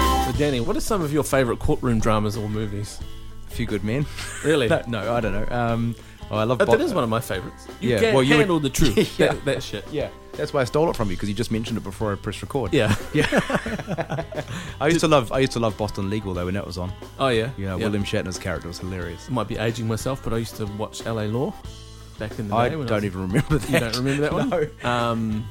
interesting. What are some of your favourite courtroom dramas or movies? A few good men. Really? no, no, I don't know. Um, oh, I love. Oh, Bo- that is one of my favourites. You Yeah, can't well, you would- handle the truth. Yeah. that, that shit. Yeah, that's why I stole it from you because you just mentioned it before I pressed record. Yeah. I used to love. I used to love Boston Legal though when that was on. Oh yeah. You know, yeah. William Shatner's character was hilarious. Might be aging myself, but I used to watch LA Law back in the I day. when don't was- even remember that. You don't remember that one? Um,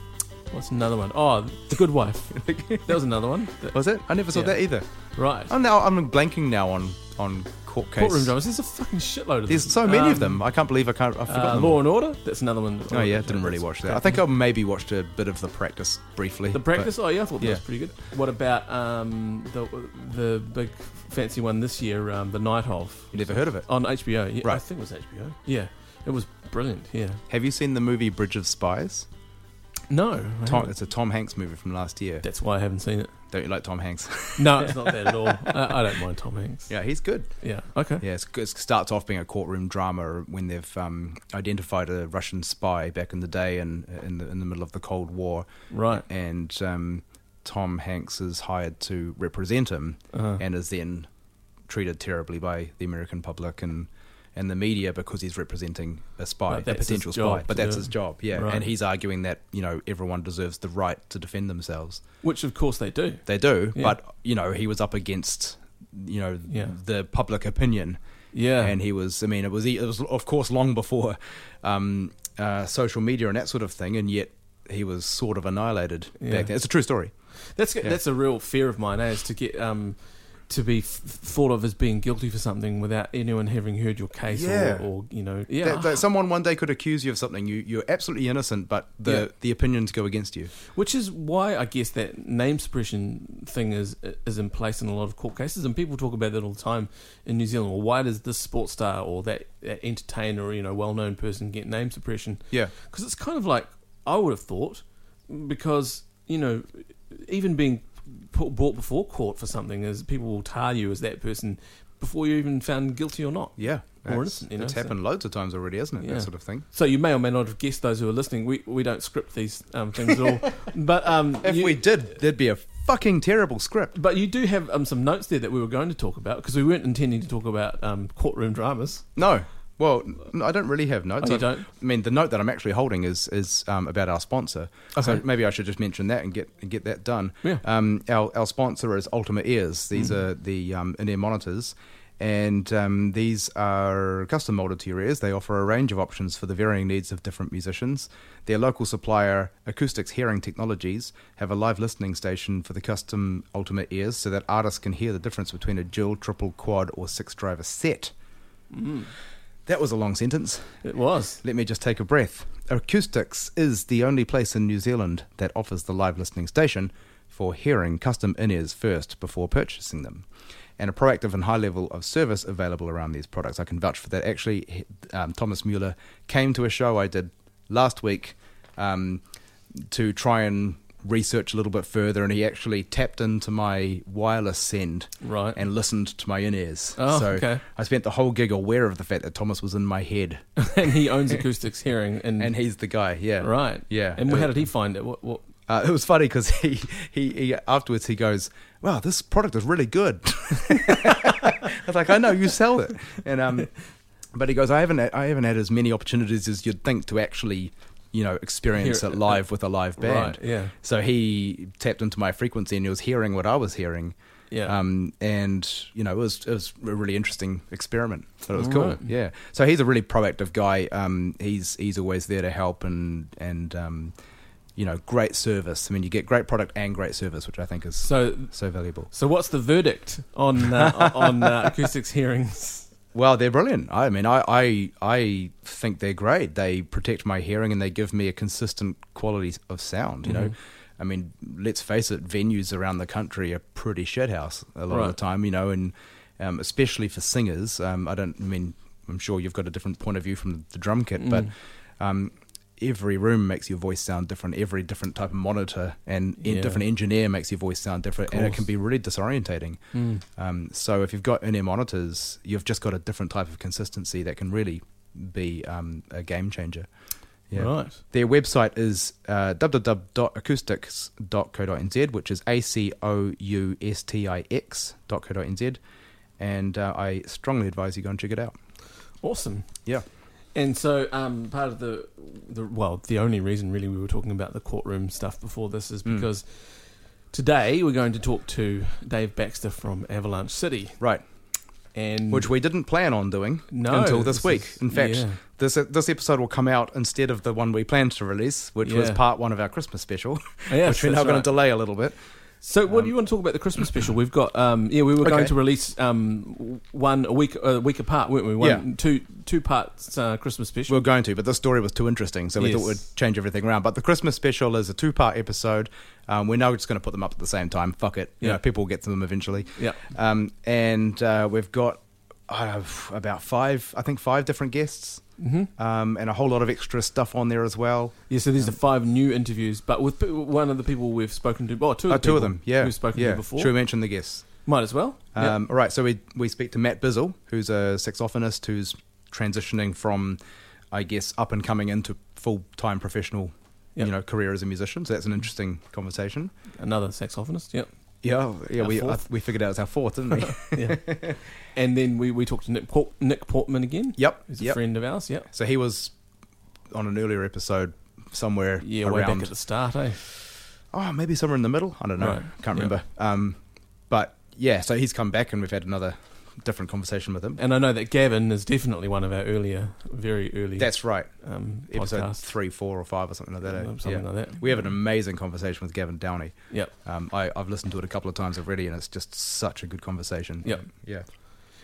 what's another one? Oh, The Good Wife. that was another one. That- Was it? I never saw Yeah. that either. right. I'm now. I'm blanking now on on court case. Courtroom dramas. There's a fucking shitload of There's them. so many Um, of them. I can't believe I can't. I've forgotten Uh, them. Law and Order. That's another one. that- Oh yeah, didn't really watch that. I think I maybe watched a bit of the practice briefly. The but- practice. Oh yeah, I thought that was Yeah. pretty good. What about um, the the big fancy one this year? Um, the Night of You never heard of it? on HBO. Yeah, I Right. think it was HBO. Yeah, it was brilliant. Yeah. Have you seen the movie Bridge of Spies? No, I Tom, haven't. it's a Tom Hanks movie from last year. that's why I haven't seen it. Don't you like Tom Hanks? No, it's not that at all. I, I don't mind Tom Hanks. yeah, he's good. Yeah. Okay. Yeah, it's, it starts off being a courtroom drama when they've um, identified a Russian spy back in the day and in the in the middle of the Cold War, Right. and um, Tom Hanks is hired to represent him, Uh-huh. and is then treated terribly by the American public and and the media because he's representing a spy, But a that's his potential job spy. to But that's do his it. job, yeah. Right. And he's arguing that you know everyone deserves the right to defend themselves. Which of course they do. They do, Yeah. but you know he was up against you know Yeah. the public opinion Yeah. and he was i mean it was e, it was of course long before um, uh, social media and that sort of thing and yet he was sort of annihilated Yeah. back then it's a true story That's Yeah. that's a real fear of mine, eh, is to get um, to be f- thought of as being guilty for something without anyone having heard your case Yeah. or, or you know, yeah. that, that someone one day could accuse you of something you you're absolutely innocent but the Yeah. the opinions go against you Which is why I guess that name suppression thing is is in place in a lot of court cases, and people talk about that all the time in New Zealand. Well, why does this sports star or that, that entertainer or you know well known person get name suppression? yeah because it's kind of like I would have thought, because you know, even being put, brought before court for something is people will tar you as that person before you even found guilty or not. yeah Or That's- innocent, you know, it's so- happened loads of times already hasn't it Yeah. that sort of thing So you may or may not have guessed. Those who are listening, we, we don't script these um, things at all. But um, if you- we did there'd be a fucking terrible script but you do have um, some notes there that we were going to talk about because we weren't intending to talk about um, courtroom dramas. no well, n- I don't really have notes. Oh, you I- don't? I mean, the note that I'm actually holding is is um, about our sponsor. So maybe I should just mention that and get and get that done. Yeah. Um, our our sponsor is Ultimate Ears. These are the um, in-ear monitors. And um, these are custom molded to your ears. They offer a range of options for the varying needs of different musicians. Their local supplier, Acoustics Hearing Technologies, have a live listening station for the custom Ultimate Ears so that artists can hear the difference between a dual, triple, quad, or six driver set. That was a long sentence. It was. Let me just take a breath. Acoustics is the only place in New Zealand that offers the live listening station for hearing custom in ears first before purchasing them. And a proactive and high level of service available around these products. I can vouch for that. Actually, he- um, Thomas Mueller came to a show I did last week um, to try and research a little bit further, and he actually tapped into my wireless send Right. and listened to my in ears. Oh, so okay. I spent the whole gig aware of the fact that Thomas was in my head and he owns acoustics hearing and, and he's the guy. Yeah, Mm. right. Yeah, And It how was- did he find it? What? what uh, it was funny because he, he he afterwards he goes, "Wow, this product is really good." I was like, "I know you sell it," and um, but he goes, "I haven't I haven't had as many opportunities as you'd think to actually." You know, experience Hear- it live with a live band. uh, Right, yeah. So he tapped into my frequency and he was hearing what I was hearing. Yeah. Um, and you know, it was it was a really interesting experiment. So it was cool. Right. Yeah. So he's a really proactive guy. Um, he's he's always there to help and and um, you know, great service. I mean, you get great product and great service, which I think is so, so valuable. So what's the verdict on uh, on uh, acoustics hearings? Well, they're brilliant. I mean, I, I I think they're great. They protect my hearing and they give me a consistent quality of sound. You know, Mm-hmm. I mean, let's face it, venues around the country are pretty shithouse a lot of Right. the time. You know, and um, especially for singers. Um, I don't I mean. I'm sure you've got a different point of view from the drum Mm. kit, but um, every room makes your voice sound different. Every different type of monitor and en- Yeah. different engineer makes your voice sound different, and it course. can be really disorientating. Um, so if you've got in-ear monitors, you've just got a different type of consistency that can really be um, a game changer. Yeah. Right. Their website is uh, www.acoustics.co.nz, which is a c o u s t i x dot co dot nz, and uh, I strongly advise you go and check it out. Awesome. Yeah. And so, um, part of the, the well, the only reason really we were talking about the courtroom stuff before this is Mm. because today we're going to talk to Dave Baxter from Avalanche City, Right, and which we didn't plan on doing Mm. no, until this week. is- In fact, yeah. this this episode will come out instead of the one we planned to release, which was Yeah. part one of our Christmas special, Yes, which we're now that's going right. to delay a little bit. So, what Um, do you want to talk about the Christmas special? We've got, um, yeah, we were Okay. going to release um, one a week, a week apart, weren't we? One, Yeah. two, two parts uh, Christmas special. We were going to, but this story was too interesting, so we Yes. thought we'd change everything around. But the Christmas special is a two part episode. Um, we're now just going to put them up at the same time. Fuck it. You Yeah. know, people will get to them eventually. yeah, Um, and uh, we've got uh, about five, I think, five different guests. hmm Um, and a whole lot of extra stuff on there as well. yeah. So these are five new interviews, but with pe- one of the people we've spoken to. Oh, two Oh, of the two of people them, yeah. we've spoken yeah. to before. Should we mention the guests? Might as well. Yeah. Um, All right, so we we speak to Matt Bizzle, who's a saxophonist who's transitioning from, I guess, up and coming into full time professional, Yep. you know, career as a musician. So that's an interesting conversation. Another saxophonist. Yep. Yeah, yeah, Our we I, fourth. we figured out it's our fourth, didn't we? Yeah. and then we, we talked to Nick, Port- Nick Portman again. yep, He's a yep. friend of ours. Yep. So he was on an earlier episode somewhere Yeah, way back around. at the start, eh? oh, maybe somewhere in the middle. I don't know. Right, Can't yeah. remember. Um, but yeah, so he's come back and we've had another different conversation with him. And I know that Gavin is definitely one of our earlier, very early That's right. um, Episode podcasts. Um, three, four, or five, or something like that. eh? something yeah. like that. We have an amazing conversation with Gavin Downey. Yep. Um, I, I've listened to it a couple of times already, and it's just such a good conversation. Yep. Yeah.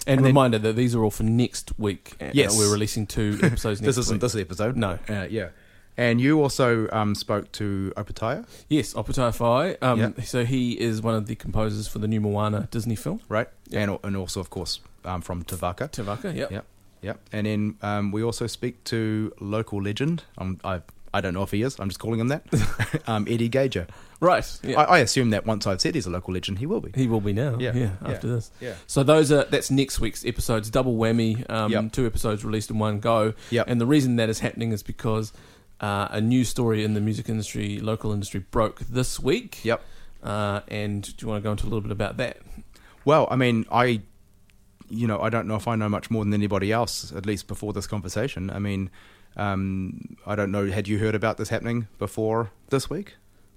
And, And then- reminder that these are all for next week. Uh, Yes. we're releasing two episodes next This isn't week. this episode. No. Uh, yeah. And you also um, spoke to Opataya, Yes, Opatai Fai. Um, Yep. So he is one of the composers for the new Moana Disney film, right? Yeah. And and also, of course, um, from Tavaka. Tavaka. Yep. Yeah. Yep. And then um, we also speak to local legend. Um, I I don't know if he is. I'm just calling him that. um, Eddie Gager. Right. Yeah. I, I assume that once I've said he's a local legend, he will be. he will be now. Yeah. yeah Yeah. after this. Yeah. So those are that's next week's episodes, double whammy, um, Yep. two episodes released in one go. Yep. And the reason that is happening is because uh, a new story in the music industry, local industry, broke this week. Yep. Uh, and do you want to go into a little bit about that? Well, I mean, I, you know, I don't know if I know much more than anybody else, at least before this conversation. I mean, um, I don't know. Had you heard about this happening before this week?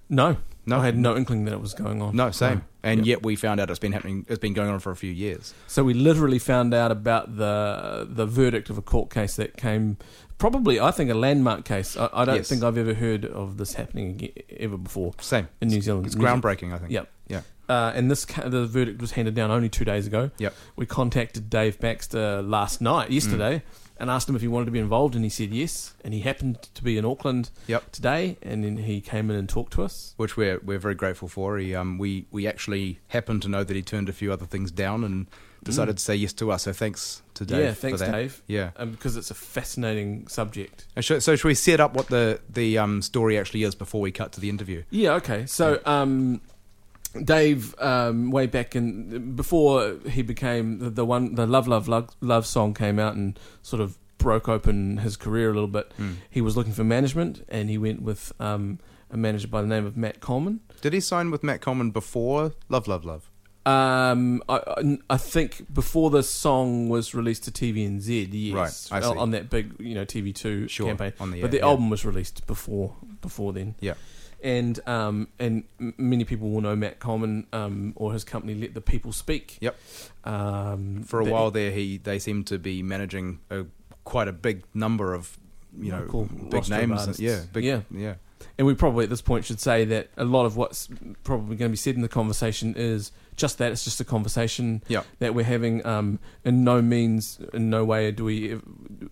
No, No, I had no inkling that it was going on. No, same. And Yep. yet we found out it's been happening. It's been going on for a few years. So we literally found out about the the verdict of a court case that came, probably I think a landmark case. I, I don't Yes. think I've ever heard of this happening ag- ever before Same. in New Zealand. It's New Zealand- groundbreaking, I think. Yeah. Yeah. Uh, and this ca- the verdict was handed down only two days ago. Yep. We contacted Dave Baxter last night, yesterday, Mm. and asked him if he wanted to be involved, and he said yes. And he happened to be in Auckland Yep. today, and then he came in and talked to us. Which we're we're very grateful for. He, um, we we actually happened to know that he turned a few other things down and decided to say yes to us. So thanks to Dave. yeah, for thanks, that. Dave. Yeah. Um, because it's a fascinating subject. And sh- so should we set up what the the um, story actually is before we cut to the interview? Yeah. Okay. So, um, Dave, um, way back in before he became the, the one, the love, love, love, love song came out and sort of broke open his career a little bit. Mm. He was looking for management, and he went with um, a manager by the name of Matt Coleman. Did he sign with Matt Coleman before Love, Love, Love? Um, I- I, I think before this song was released to TVNZ, yes, Right, I see. on that big you know TV two Sure, campaign. on the but air, the yeah. album was released before before then. Yeah. and um, and m- many people will know Matt Coleman um, or his company Let the People Speak. Yep. Um, For a that- while there, he they seemed to be managing a, quite a big number of you know Local big roster of names. artists. Yeah, big, Yeah. yeah. and we probably at this point should say that a lot of what's probably going to be said in the conversation is just that it's just a conversation Yeah. that we're having um, in no means in no way do we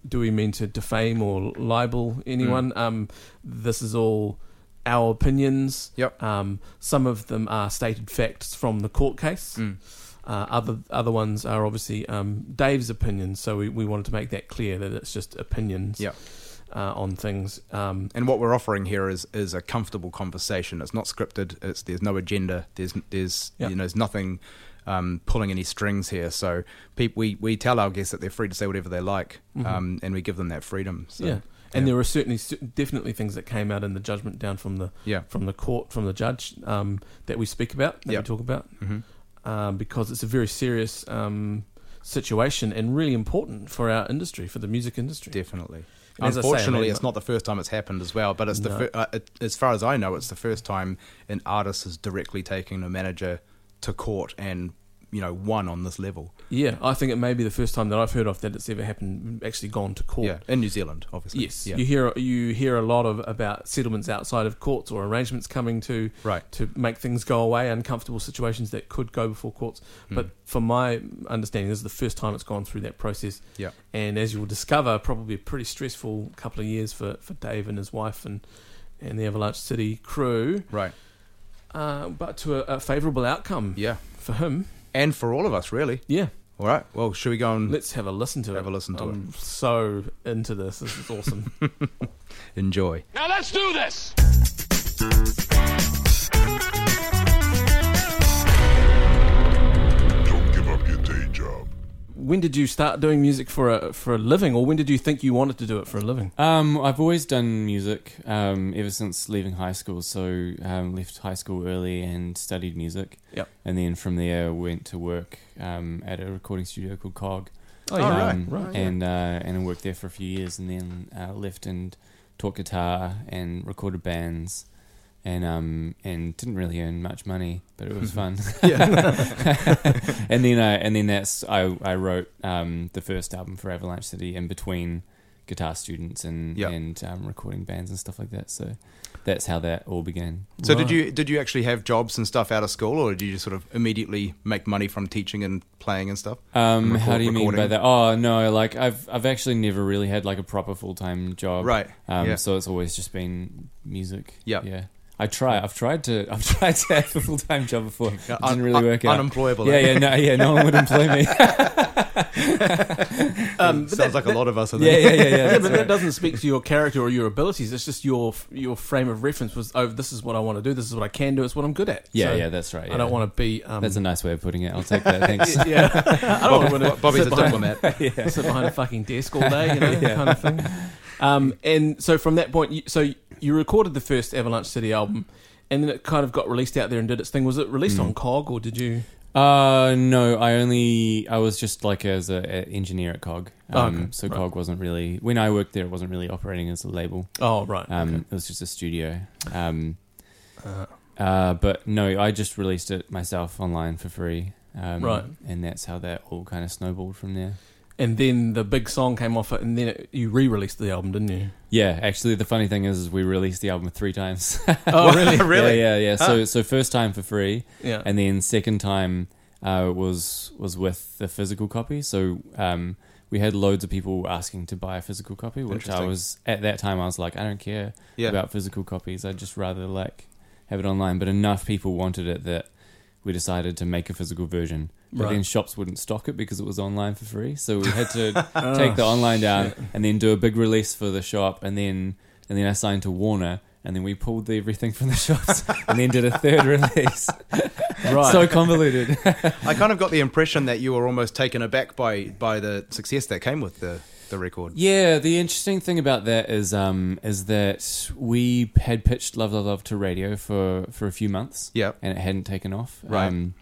do we mean to defame or libel Mm. anyone um, this is all our opinions Yep. um, some of them are stated facts from the court case Mm. uh, other other ones are obviously um, Dave's opinions, so we, we wanted to make that clear that it's just opinions Yeah. uh, on things. Um, And what we're offering here is is a comfortable conversation. It's not scripted. It's there's no agenda. There's there's Yeah. you know there's nothing um, pulling any strings here. So peop, we we tell our guests that they're free to say whatever they like, Mhm. um, and we give them that freedom. So. Yeah. And Yeah. there were certainly definitely things that came out in the judgment down from the Yeah. from the court from the judge um, that we speak about that Yeah. we talk about Mm-hmm. um, because it's a very serious um, situation and really important for our industry for the music industry. Definitely. And as I say, I Unfortunately, mean, it's not the first time it's happened as well. But it's the No. fir- uh, it, as far as I know, it's the first time an artist is directly taking a manager to court and you know won on this level. Yeah, I think it may be the first time that I've heard of that it's ever happened actually gone to court. Yeah, in New Zealand, obviously. Yes, Yeah. you hear you hear a lot of about settlements outside of courts or arrangements coming to right. to make things go away, uncomfortable situations that could go before courts. Hmm. But from my understanding, this is the first time it's gone through that process. Yeah. and as you will discover, probably a pretty stressful couple of years for, for Dave and his wife and and the Avalanche City crew. Right. Uh, but to a, a favourable outcome Yeah. for him. And for all of us, really. Yeah, All right. Well, should we go and let's have a listen to it. Have a listen to I'm So into this. This is awesome. enjoy? Now let's do this! Don't give up your day job. When did you start doing music for a for a living, or when did you think you wanted to do it for a living? Um, I've always done music um, ever since leaving high school. So um, left high school early and studied music. Yep. And then from there went to work um, at a recording studio called Cog. Oh, yeah. Um, right, right, And uh, and I worked there for a few years, and then uh, left and taught guitar and recorded bands, and um and didn't really earn much money, but it was Mm-hmm. fun. and then uh, and then that's I I wrote um the first album for Avalanche City in between guitar students and Yeah. and um, recording bands and stuff like that. So that's how that all began. So Right. did you did you actually have jobs and stuff out of school, or did you just sort of immediately make money from teaching and playing and stuff? Um, Record- how do you mean by recording? that? Oh no, like I've I've actually never really had like a proper full time Oh. job, Right, Um, yeah. So it's always just been music. Yeah. yeah. I try. I've tried to. I've tried to have a full time job before. It Un- didn't really un- work out. Unemployable. yeah, eh? yeah, no, yeah. No one would employ me. Um, but Sounds that, like a lot of us. I yeah, think. yeah, yeah, yeah. yeah, that's but right. that doesn't speak to your character or your abilities. It's just your your frame of reference was, oh, this is what I want to do. This is what I can do. It's what I'm good at. Yeah, So yeah, that's right. I don't want to be. Um, That's a nice way of putting it. I'll take that. Thanks. yeah, I don't want to Bobby's sit a behind, diplomat. sit behind a fucking desk all day, you know, that kind of thing. Um, and so from that point, you, so you recorded the first Avalanche City album, and then it kind of got released out there and did its thing. Was it released on Cog, or did you? Uh, no, I only I was just like as a, a engineer at Cog. Oh, Um, okay, So right. Cog wasn't really when I worked there. It wasn't really operating as a label. Oh, right. Um, It was just a studio. Um, uh, but no, I just released it myself online for free. Um, Right. And that's how that all kind of snowballed from there. and then the big song came off it, and then it, you re-released the album, didn't you? Yeah, actually, the funny thing is, is we released the album three times. Oh, really? Uh. Really? Yeah, yeah, yeah. So, so first time for free, Yeah. and then second time uh, was was with the physical copy. So um, we had loads of people asking to buy a physical copy, which I Interesting. was at that time I was like, I don't care Yeah. about physical copies. I'd just rather like have it online. But enough people wanted it that we decided to make a physical version. But Right. then shops wouldn't stock it because it was online for free. So we had to take Oh, the online down and then do a big release for the shop and then and then I signed to Warner and then we pulled the, everything from the shops and then did a third release. right. So convoluted. I kind of got the impression that you were almost taken aback by by the success that came with the the record. Yeah, the interesting thing about that is um is that we had pitched Love Love Love to radio for for a few months. Yep. And it hadn't taken off. Right. Um,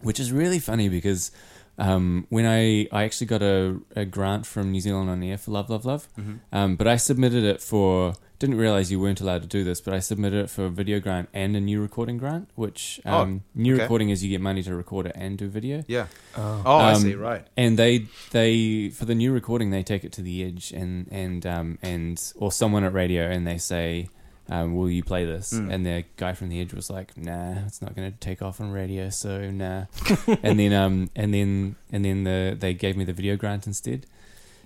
which is really funny because um, when I, I actually got a, a grant from New Zealand on Air for Love Love Love, Mm-hmm. um, but I submitted it for didn't realize you weren't allowed to do this, but I submitted it for a video grant and a new recording grant, which Oh, um, new okay. recording is you get money to record it and do video. Yeah. Oh, I Um, see. Right. And they they for the new recording they take it to the edge and and um and or someone at radio and they say, um, "Will you play this?" And the guy from the edge was like, "Nah, it's not going to take off on radio, so nah." and then um and then and then the they gave me the video grant instead.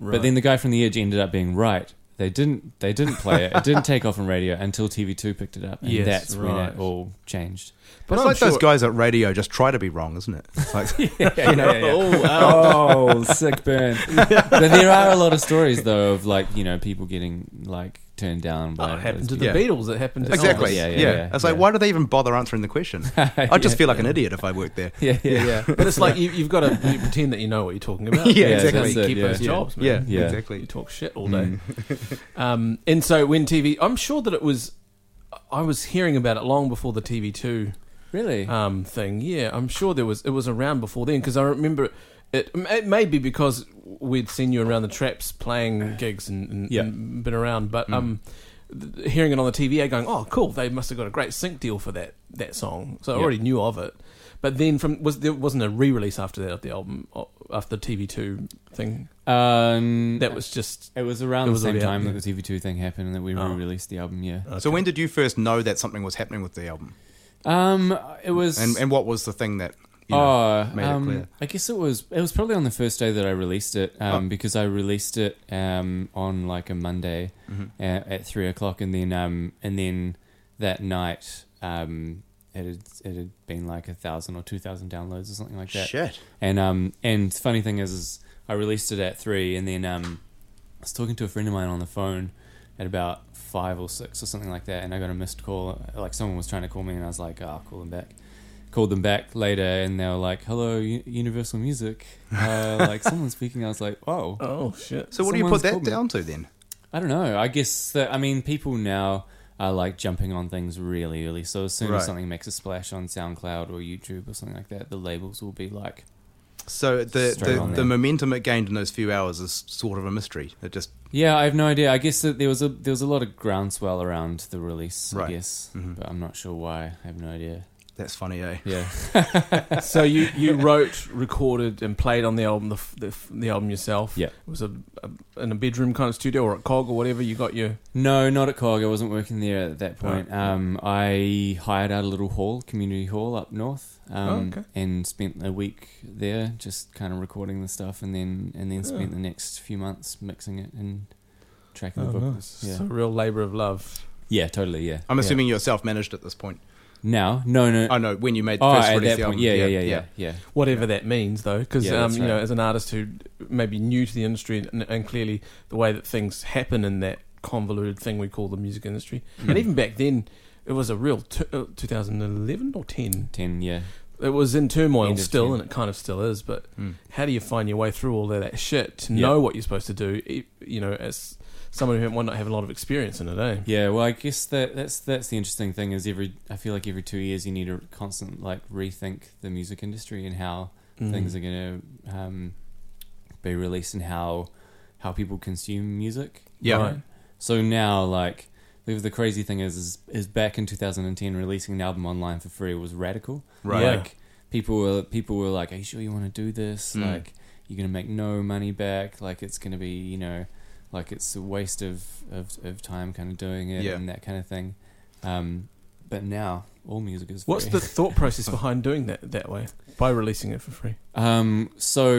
But then the guy from the edge ended up being right. They didn't they didn't play it. It didn't take off on radio until TV2 picked it up, and Yes, that's when right. it all changed. But it's I'm like those sure- guys at radio just try to be wrong, isn't it? It's like, Yeah, yeah, yeah. oh, wow. oh, sick burn. but there are a lot of stories though of like you know people getting like turned down by Oh, it happened to those the Yeah. Beatles. It happened to Exactly. Elvis. Yeah, Yeah, yeah, yeah, yeah. It's like, Yeah. why do they even bother answering the question? people. I just feel like an Yeah. idiot if I worked there. Yeah, yeah, Yeah, yeah. But it's like you, you've got to pretend that you know what you're talking about. Yeah, You just exactly. gotta Keep Yeah. those Yeah. jobs, man. Yeah, Yeah. You exactly. talk shit all day. Mm. um, and so when TV, I'm sure that it was. I was hearing about it long before the TV two really. um, thing. Yeah, I'm sure there was. It was around before then because I remember it. It may be because we'd seen you around the traps playing gigs and, and, Yeah. Mm. and been around, but um, th- hearing it on the TV, I going, oh, cool. They must have got a great sync deal for that that song. So I Yeah. already knew of it. But then from was there wasn't a re-release after that of the album uh, after the TV two thing. um, That was just it was it around was the same already out, time yeah. that the TV2 thing happened and that we Oh. re-released the album. Yeah. So when did you first know that something was happening with the album, Um, it was. and and what was the thing that? You know, oh, made it um, clear. Oh. I guess it was. It was probably on the first day that I released it, um, because I released it um, on like a Monday Mm-hmm. uh, at three o'clock, and then um, and then that night, um, it had it had been like a thousand or two thousand downloads or something like that. shit. And um and funny thing is, is I released it at three, and then um I was talking to a friend of mine on the phone at about five or six or something like that, and I got a missed call. Like someone was trying to call me, and I was like, oh, I'll call them back. Called them back later, and they were like, "Hello, U- Universal Music." Uh, like someone speaking, I was like, "Oh, oh shit. So what do you put Someone's that called me. down to then? I don't know. I guess that I mean people now are like jumping on things really early. So as soon Right. as something makes a splash on SoundCloud or YouTube or something like that, the labels will be like, So the Straight the, on the there. momentum it gained in those few hours is sort of a mystery. It just Yeah, I have no idea. I guess that there was a there was a lot of groundswell around the release. Right. Mm-hmm. I guess, but I'm not sure why. I have no idea. that's funny, eh? Yeah, so you, you wrote, recorded, and played on the album the f- the, f- the album yourself. Yeah. it was a, a in a bedroom kind of studio or at Cog or whatever. You got your no, not at Cog. I wasn't working there at that point. Um, I hired out a little hall, community hall up north, Oh, um, okay. and spent a week there, just kind of recording the stuff, and then and then spent the next few months mixing it and tracking Oh, the vocals. It's a Oh, Yeah. real labour of love. yeah, totally. Yeah, I'm Yeah. assuming you're self managed at this point. now. No, no. Oh no, when you made the oh, first at release that the point. album. Yeah, yeah, yeah, yeah, yeah. Whatever that means, though, because Yeah, um, that's you know, right. as an artist who may be new to the industry and, and clearly the way that things happen in that convoluted thing we call the music industry, Hmm. and even back then, it was a real t- uh, 2011 or 10. Ten. Yeah. It was in turmoil End of still, 10. and it kind of still is. But Mm. how do you find your way through all of that shit to Yeah. know what you're supposed to do? e- You know, as someone who might not have a lot of experience in it, eh? Yeah, well, I guess that that's that's the interesting thing is every I feel like every two years you need to constant like rethink the music industry and how Mm. things are going to um, be released and how how people consume music. Yeah. Right. So now, like, the, the crazy thing is, is is back in 2010, releasing an album online for free was radical. Right. Yeah. Like, people were people were like, "Are you sure you want to do this? Mm. Like, you're gonna make no money back. Like, it's gonna be you know, like it's a waste of of, of time kind of doing it Yeah. and that kind of thing." Um, but now all music is free. What's the thought process behind doing that that way by releasing it for free? Um, so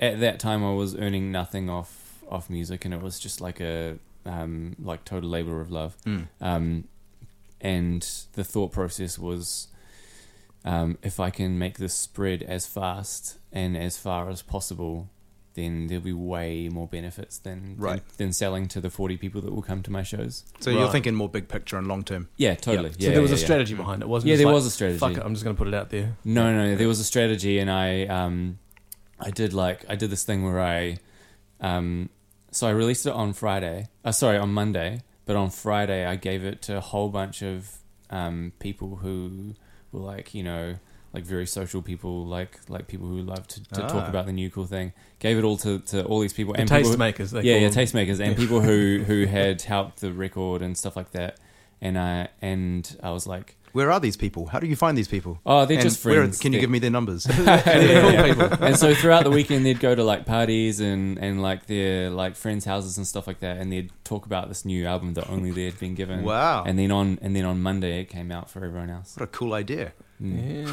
at that time, I was earning nothing off off music, and it was just like a um, like total labor of love. Mm. Um, and the thought process was, um, if I can make this spread as fast and as far as possible, then there'll be way more benefits than than, Right. than selling to the forty people that will come to my shows. So Right. you're thinking more big picture and long term. Yeah, totally. So Yeah, there was yeah, a yeah. strategy behind it, wasn't Yeah, it? It's there like, was a strategy. Fuck it, I'm just going to put it out there. No, no, there was a strategy, and I um, I did like I did this thing where I, um, so I released it on Friday. Uh, sorry, on Monday, but on Friday I gave it to a whole bunch of um, people who were like you know like very social people, like like people who love to, to Ah. talk about the new cool thing. Gave it all to, to all these people The and people, tastemakers, they yeah, call yeah, them. tastemakers and people who who had helped the record and stuff like that. And I and I was like, Where are these people? How do you find these people? oh, they're And just where are- friends. can you They're- give me their numbers? and so throughout the weekend, they'd go to like parties and, and like their like friends' houses and stuff like that, and they'd talk about this new album that only they had been given. Wow. And then on and then on Monday, it came out for everyone else. what a cool idea. Mm.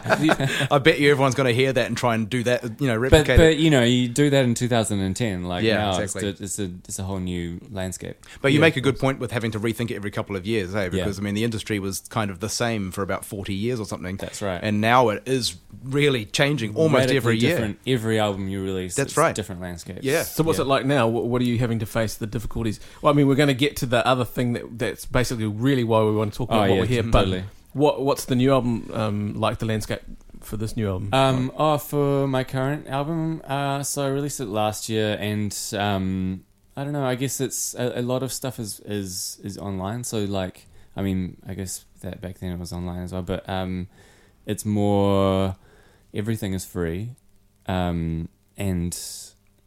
Yeah. I bet you everyone's going to hear that and try and do that, you know, But replicate it. but you know you do that in 2010 like Yeah, now exactly. it's, a, it's a it's a whole new landscape. But you Yeah, make a good point with having to rethink it every couple of years, eh? Because I Yeah. mean, the industry was kind of the same for about forty years or something. That's right. And now it is really changing almost Radically every year. different, every album you release. That's it's right. Different landscapes. Yeah. So what's it like now? What, what are you having to face the difficulties? Well, I mean, we're going to get to the other thing that that's basically really why we want to talk Oh about what yeah, we're here. totally. But what what's the new album um, like? The landscape for this new album? Um, oh, for my current album, uh, so I released it last year, and um, I don't know. I guess it's a, a lot of stuff is is is online. So like, I mean, I guess that back then it was online as well, but um, it's more everything is free, um, and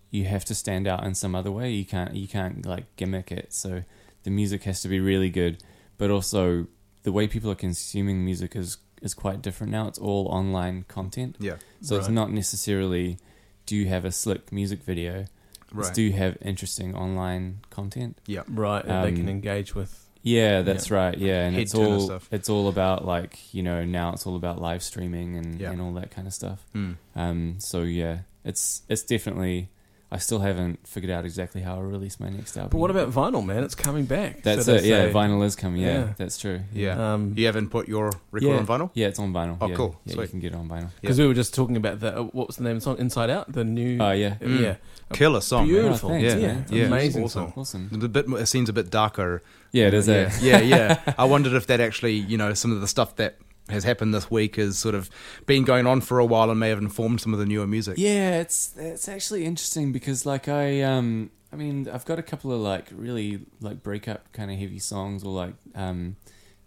you have to stand out in some other way. You can't you can't like gimmick it. So the music has to be really good, but also the way people are consuming music is is quite different now. It's all online content. Yeah. So it's Right. not necessarily do you have a slick music video. It's Right. do you have interesting online content. right, that they um, can engage with. Yeah, that's right. Yeah, and Head it's turner all stuff. it's all about like you know now it's all about live streaming and Yeah. and all that kind of stuff. Mm. Um, so yeah, it's it's definitely. I still haven't figured out exactly how I release my next album. But what yet. about vinyl, man? It's coming back. that's So it? they Yeah, say- vinyl is coming. Yeah, Yeah. that's true. Yeah. Um, You haven't put your record Yeah. on vinyl? Yeah, it's on vinyl. Oh, yeah. cool. Yeah, you Sweet. can get it on vinyl. Because we were just talking about the uh, what was the name of the song? Inside Out, the new. Oh yeah, Uh, Mm. Yeah, Killer song. man. beautiful. Oh, yeah, thanks, man. it's Yeah, amazing awesome. song. awesome. The bit it seems a bit darker. Yeah, it is. yeah. eh? yeah, yeah. I wondered if that actually, you know, some of the stuff that has happened this week has sort of been going on for a while and may have informed some of the newer music. Yeah, it's it's actually interesting because like I um I mean I've got a couple of like really like breakup kind of heavy songs or like um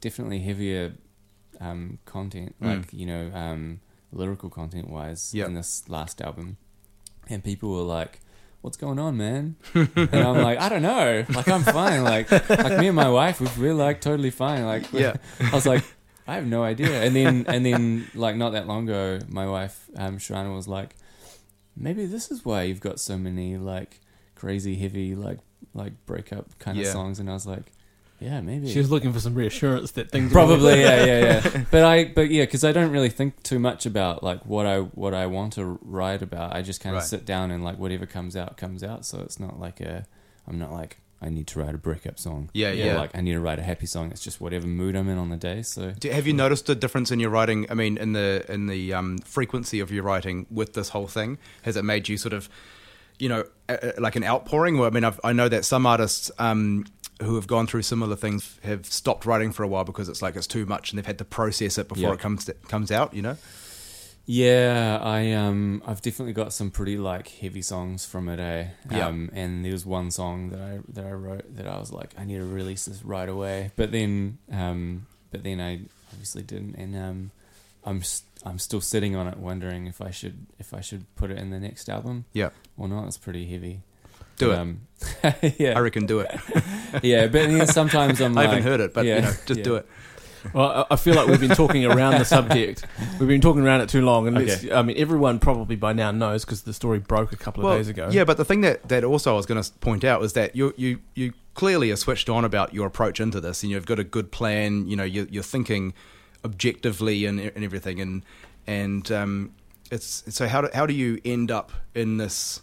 definitely heavier um content Mm. like you know um lyrical content wise Yep. in this last album, and people were like. What's going on, man? and I'm like, I don't know. Like, I'm fine. Like, like me and my wife, we- we're like totally fine. Like, we're- Yeah. I was like, I have no idea. And then and then like not that long ago, my wife um, Sharana was like, maybe this is why you've got so many like crazy heavy like like breakup kind of Yeah. songs. And I was like, yeah, maybe. Mm. She was looking for some reassurance that things were- Probably yeah yeah yeah, but I but yeah because I don't really think too much about like what I what I want to write about. I just kind of Right. sit down and like whatever comes out comes out. So it's not like a I'm not like I need to write a breakup song. Yeah, Or, yeah. Like I need to write a happy song. It's just whatever mood I'm in on the day. So Do, have you noticed a difference in your writing? I mean, in the in the um, frequency of your writing with this whole thing, has it made you sort of, you know, a, a- like an outpouring? Well, I mean, I've, I know that some artists um, who have gone through similar things have stopped writing for a while because it's like it's too much, and they've had to process it before Yeah. it comes comes out. You know, Yeah, I um, I've definitely got some pretty like heavy songs from it. Eh? Yeah. Um, and there was one song that I that I wrote that I was like, I need to release this right away. But then, um, but then I obviously didn't, and um, I'm s I'm still sitting on it, wondering if I should if I should put it in the next album. Yeah. Or not? It's pretty heavy. do But, it. Um, yeah. I reckon do it. yeah. But then sometimes I'm I like, haven't heard it, but yeah, you know, just yeah. do it. Well, I I feel like we've been talking around the subject. We've been talking around it too long, and let's- Okay. I mean, everyone probably by now knows because the story broke a couple of days ago. Yeah, but the thing that, that also I was going to point out was that you you you clearly are switched on about your approach into this, and you've got a good plan. You know, you're, you're thinking objectively and and everything, and and um, it's so how do, how do you end up in this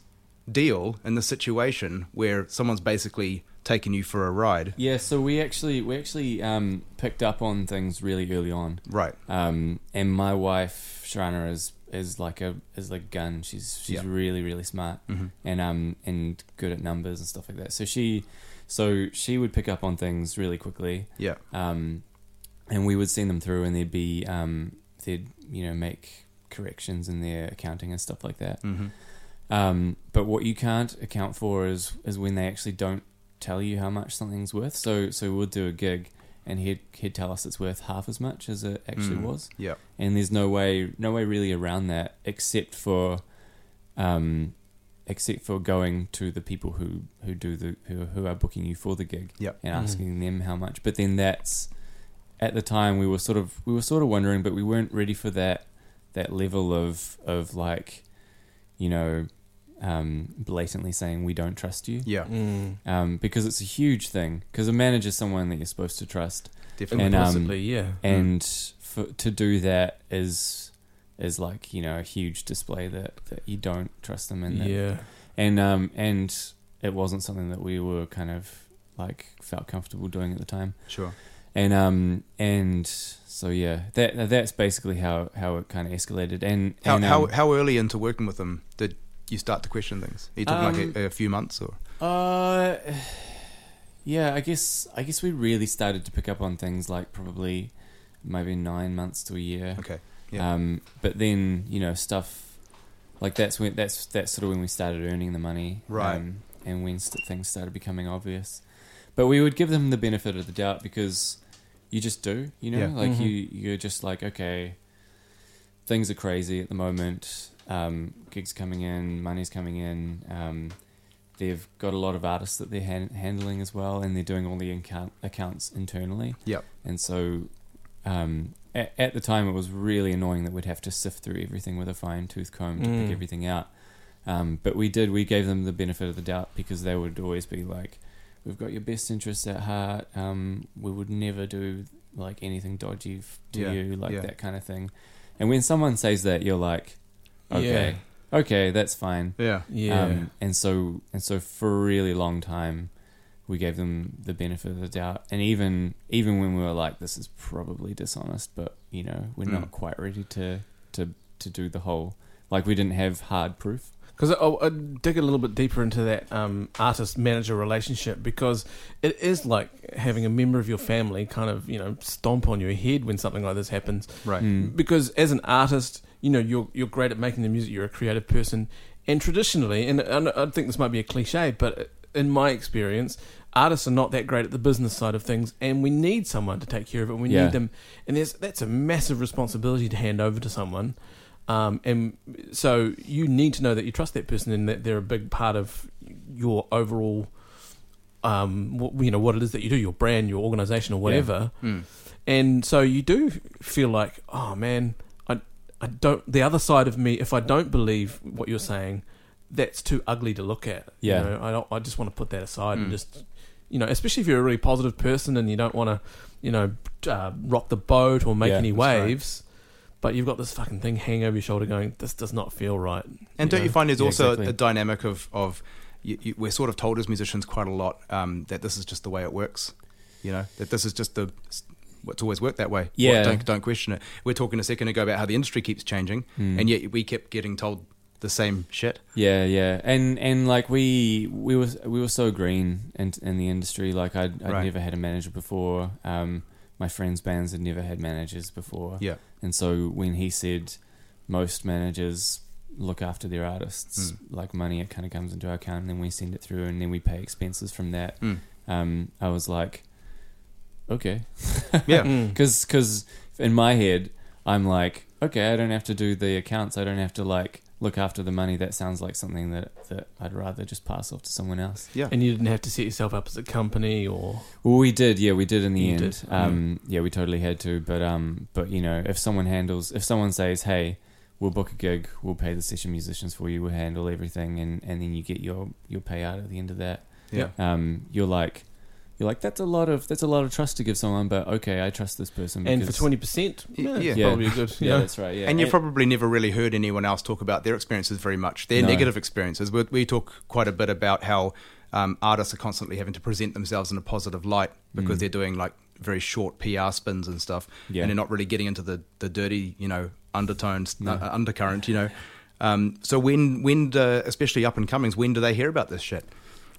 deal in this situation where someone's basically taking you for a ride? yeah. So we actually we actually um, picked up on things really early on. Right. Um, and my wife Sharana is is like a is like a gun. She's she's Yeah. really really smart Mm-hmm. and um and good at numbers and stuff like that. So she so she would pick up on things really quickly. Yeah. Um, and we would send them through, and there'd be um they'd you know make corrections in their accounting and stuff like that. Mm-hmm. Um, but what you can't account for is is when they actually don't tell you how much something's worth. So so we'll do a gig and he'd he'd tell us it's worth half as much as it actually Mm. was. Yeah. And there's no way no way really around that except for um except for going to the people who who do the who who are booking you for the gig Yep. and Mm. asking them how much. But then that's at the time we were sort of we were sort of wondering, but we weren't ready for that that level of of like you know um, blatantly saying we don't trust you Yeah, Mm. um, because it's a huge thing because a manager's someone that you're supposed to trust definitely. And, um, Implicitly, yeah. and for, to do that is is like you know a huge display that, that you don't trust them and that, yeah. and um and it wasn't something that we were kind of like felt comfortable doing at the time sure. and um and so yeah that that's basically how how it kind of escalated and How, and, how um, how early into working with them did you start to question things? Are you talking like Um, a, a few months or? Uh, yeah, I guess I guess we really started to pick up on things like probably maybe nine months to a year. Okay. yeah. Um, but then you know stuff like that's when that's that's sort of when we started earning the money, Right. Um, and when st- things started becoming obvious, but we would give them the benefit of the doubt because you just do, you know, Yeah. like Mhm. you you're just like okay, things are crazy at the moment. Um, gigs coming in, money's coming in. Um, they've got a lot of artists that they're han- handling as well, and they're doing all the account- accounts internally. Yep. And so, um, at, at the time, it was really annoying that we'd have to sift through everything with a fine tooth comb to Mm. pick everything out. Um, but we did. We gave them the benefit of the doubt because they would always be like, "We've got your best interests at heart. Um, we would never do like anything dodgy f- to Yeah, you, like yeah. that kind of thing." And when someone says that, you're like, "Okay, okay, that's fine." Yeah. Yeah. Um, and so and so for a really long time, we gave them the benefit of the doubt, and even even when we were like, this is probably dishonest, but you know, we're Mm. not quite ready to to to do the whole like we didn't have hard proof. Because I'll, I'll oh, uh, dig a little bit deeper into that um, artist manager relationship because it is like having a member of your family kind of, you know, stomp on your head when something like this happens. Right. Mm. Because as an artist, you know, you're, you're great at making the music, you're a creative person. And traditionally, and and I think this might be a cliche, but in my experience, artists are not that great at the business side of things, and we need someone to take care of it. We Yeah. need them, and there's, that's a massive responsibility to hand over to someone. Um, and so you need to know that you trust that person and that they're a big part of your overall, um, what, you know, what it is that you do, your brand, your organization, or whatever. Mm. And so you do feel like, oh man, I, I don't. The other side of me, if I don't believe what you're saying, that's too ugly to look at. Yeah. you know, I don't. I just want to put that aside Mm. and just, you know, especially if you're a really positive person and you don't want to, you know, uh, rock the boat or make Yeah, any that's right. waves. But you've got this fucking thing hanging over your shoulder, going, "This does not feel right." And don't Yeah. you find there's Yeah, also exactly. a dynamic of of you, you, we're sort of told as musicians quite a lot um, that this is just the way it works, you know, that this is just the what's always worked that way. What- Yeah. don't don't question it. We're talking a second ago about how the industry keeps changing, Mm. and yet we kept getting told the same shit. Yeah, yeah, and and like we we were we were so green in in the industry. Like I'd, I'd Right. never had a manager before. Um, my friends' bands had never had managers before. Yeah. and so when he said most managers look after their artists, Mm. like money, it kind of comes into our account, and then we send it through, and then we pay expenses from that. Mm. Um, I was like, okay, Yeah. Mm. because because in my head I'm like, okay, I don't have to do the accounts. I don't have to like look after the money. That sounds like something that that I'd rather just pass off to someone else. And you didn't have to set yourself up as a company or Well, we did, yeah, we did in the You end. did. Um, Yeah, we totally had to, but um, but you know, if someone handles, if someone says, hey. We'll book a gig. We'll pay the session musicians for you. We'll handle everything, and, and then you get your your payout at the end of that. Yeah. Um, you're like, you're like that's a lot of that's a lot of trust to give someone, but okay, I trust this person. and for because- twenty percent, Y- yeah, yeah. it's probably a good. yeah, that's right. Yeah, And you've probably never really heard anyone else talk about their experiences very much, their No. negative experiences. We, we talk quite a bit about how um, artists are constantly having to present themselves in a positive light because Mm. they're doing like very short PR spins and stuff, Yeah. and they're not really getting into the, the dirty, you know, undertones, No. uh, undercurrent, you know. Um, so when when uh, especially up and comings, when do they hear about this shit?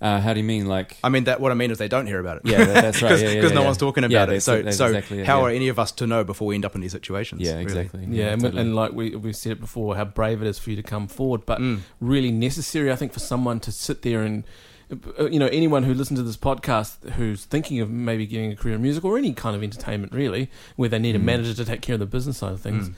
Uh, how do you mean? Like, I mean that what I mean is they don't hear about it. yeah, that, that's right. Because yeah, yeah, no yeah. one's talking Yeah, about it. that's- So, that's so exactly it, how yeah. are any of us to know before we end up in these situations? Yeah, really? exactly. Yeah, and, totally. and like we, we've said it before, how brave it is for you to come forward, but Mm. really necessary, I think, for someone to sit there and, uh, you know, anyone who listens to this podcast who's thinking of maybe getting a career in music or any kind of entertainment, really, where they need a Mm. manager to take care of the business side of things, Mm.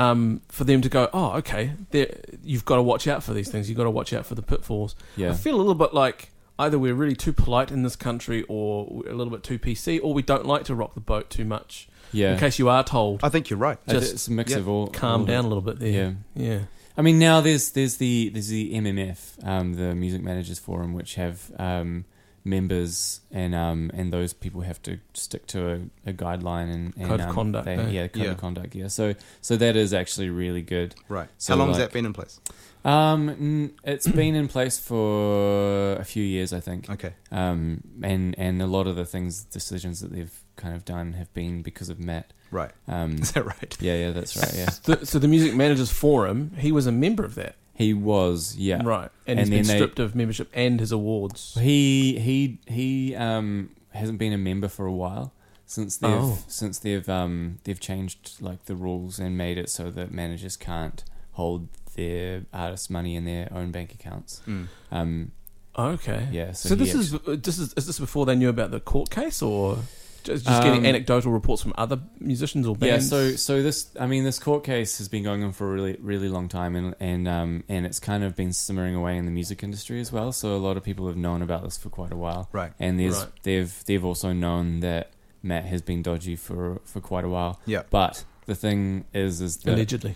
um, for them to go, oh, okay, there- you've got to watch out for these things, you've got to watch out for the pitfalls. I yeah, feel a little bit like either we're really too polite in this country or we're a little bit too PC, or we don't like to rock the boat too much. yeah. In case you are told, I think you're right. I th- just it's a mix yeah, of all. all calm of down a it. little bit there. Yeah, Yeah. I mean, now there's there's the there's the MMF, um, the Music Managers Forum, which have um, members and um, and those people have to stick to a, a guideline and, and Code of um, conduct, They, eh? yeah, code Yeah. of conduct. Yeah, so so that is actually really good. Right. So, How long has like- that been in place? Um, n- it's been in place for a few years, I think. Okay. Um, and and a lot of the things, decisions that they've kind of done have been because of Matt. Right. Um, Is that right? yeah, yeah, that's right. Yeah, The, so the Music Managers Forum, he was a member of that, he was. Yeah, right? And, And he's been then they- stripped of membership and his awards. He he he um hasn't been a member for a while since they've Oh. since they've um they've changed like the rules and made it so that managers can't hold their artists' money in their own bank accounts. Mm. Um, Okay. yeah. So, So, this he is uh, this is is this before they knew about the court case or just, just Um, getting anecdotal reports from other musicians or Yeah, bands? so so this I mean this court case has been going on for a really really long time and and um and it's kind of been simmering away in the music industry as well. So a lot of people have known about this for quite a while. Right. And there's Right. they've they've also known that Matt has been dodgy for for quite a while. Yeah. But the thing is is that it, allegedly,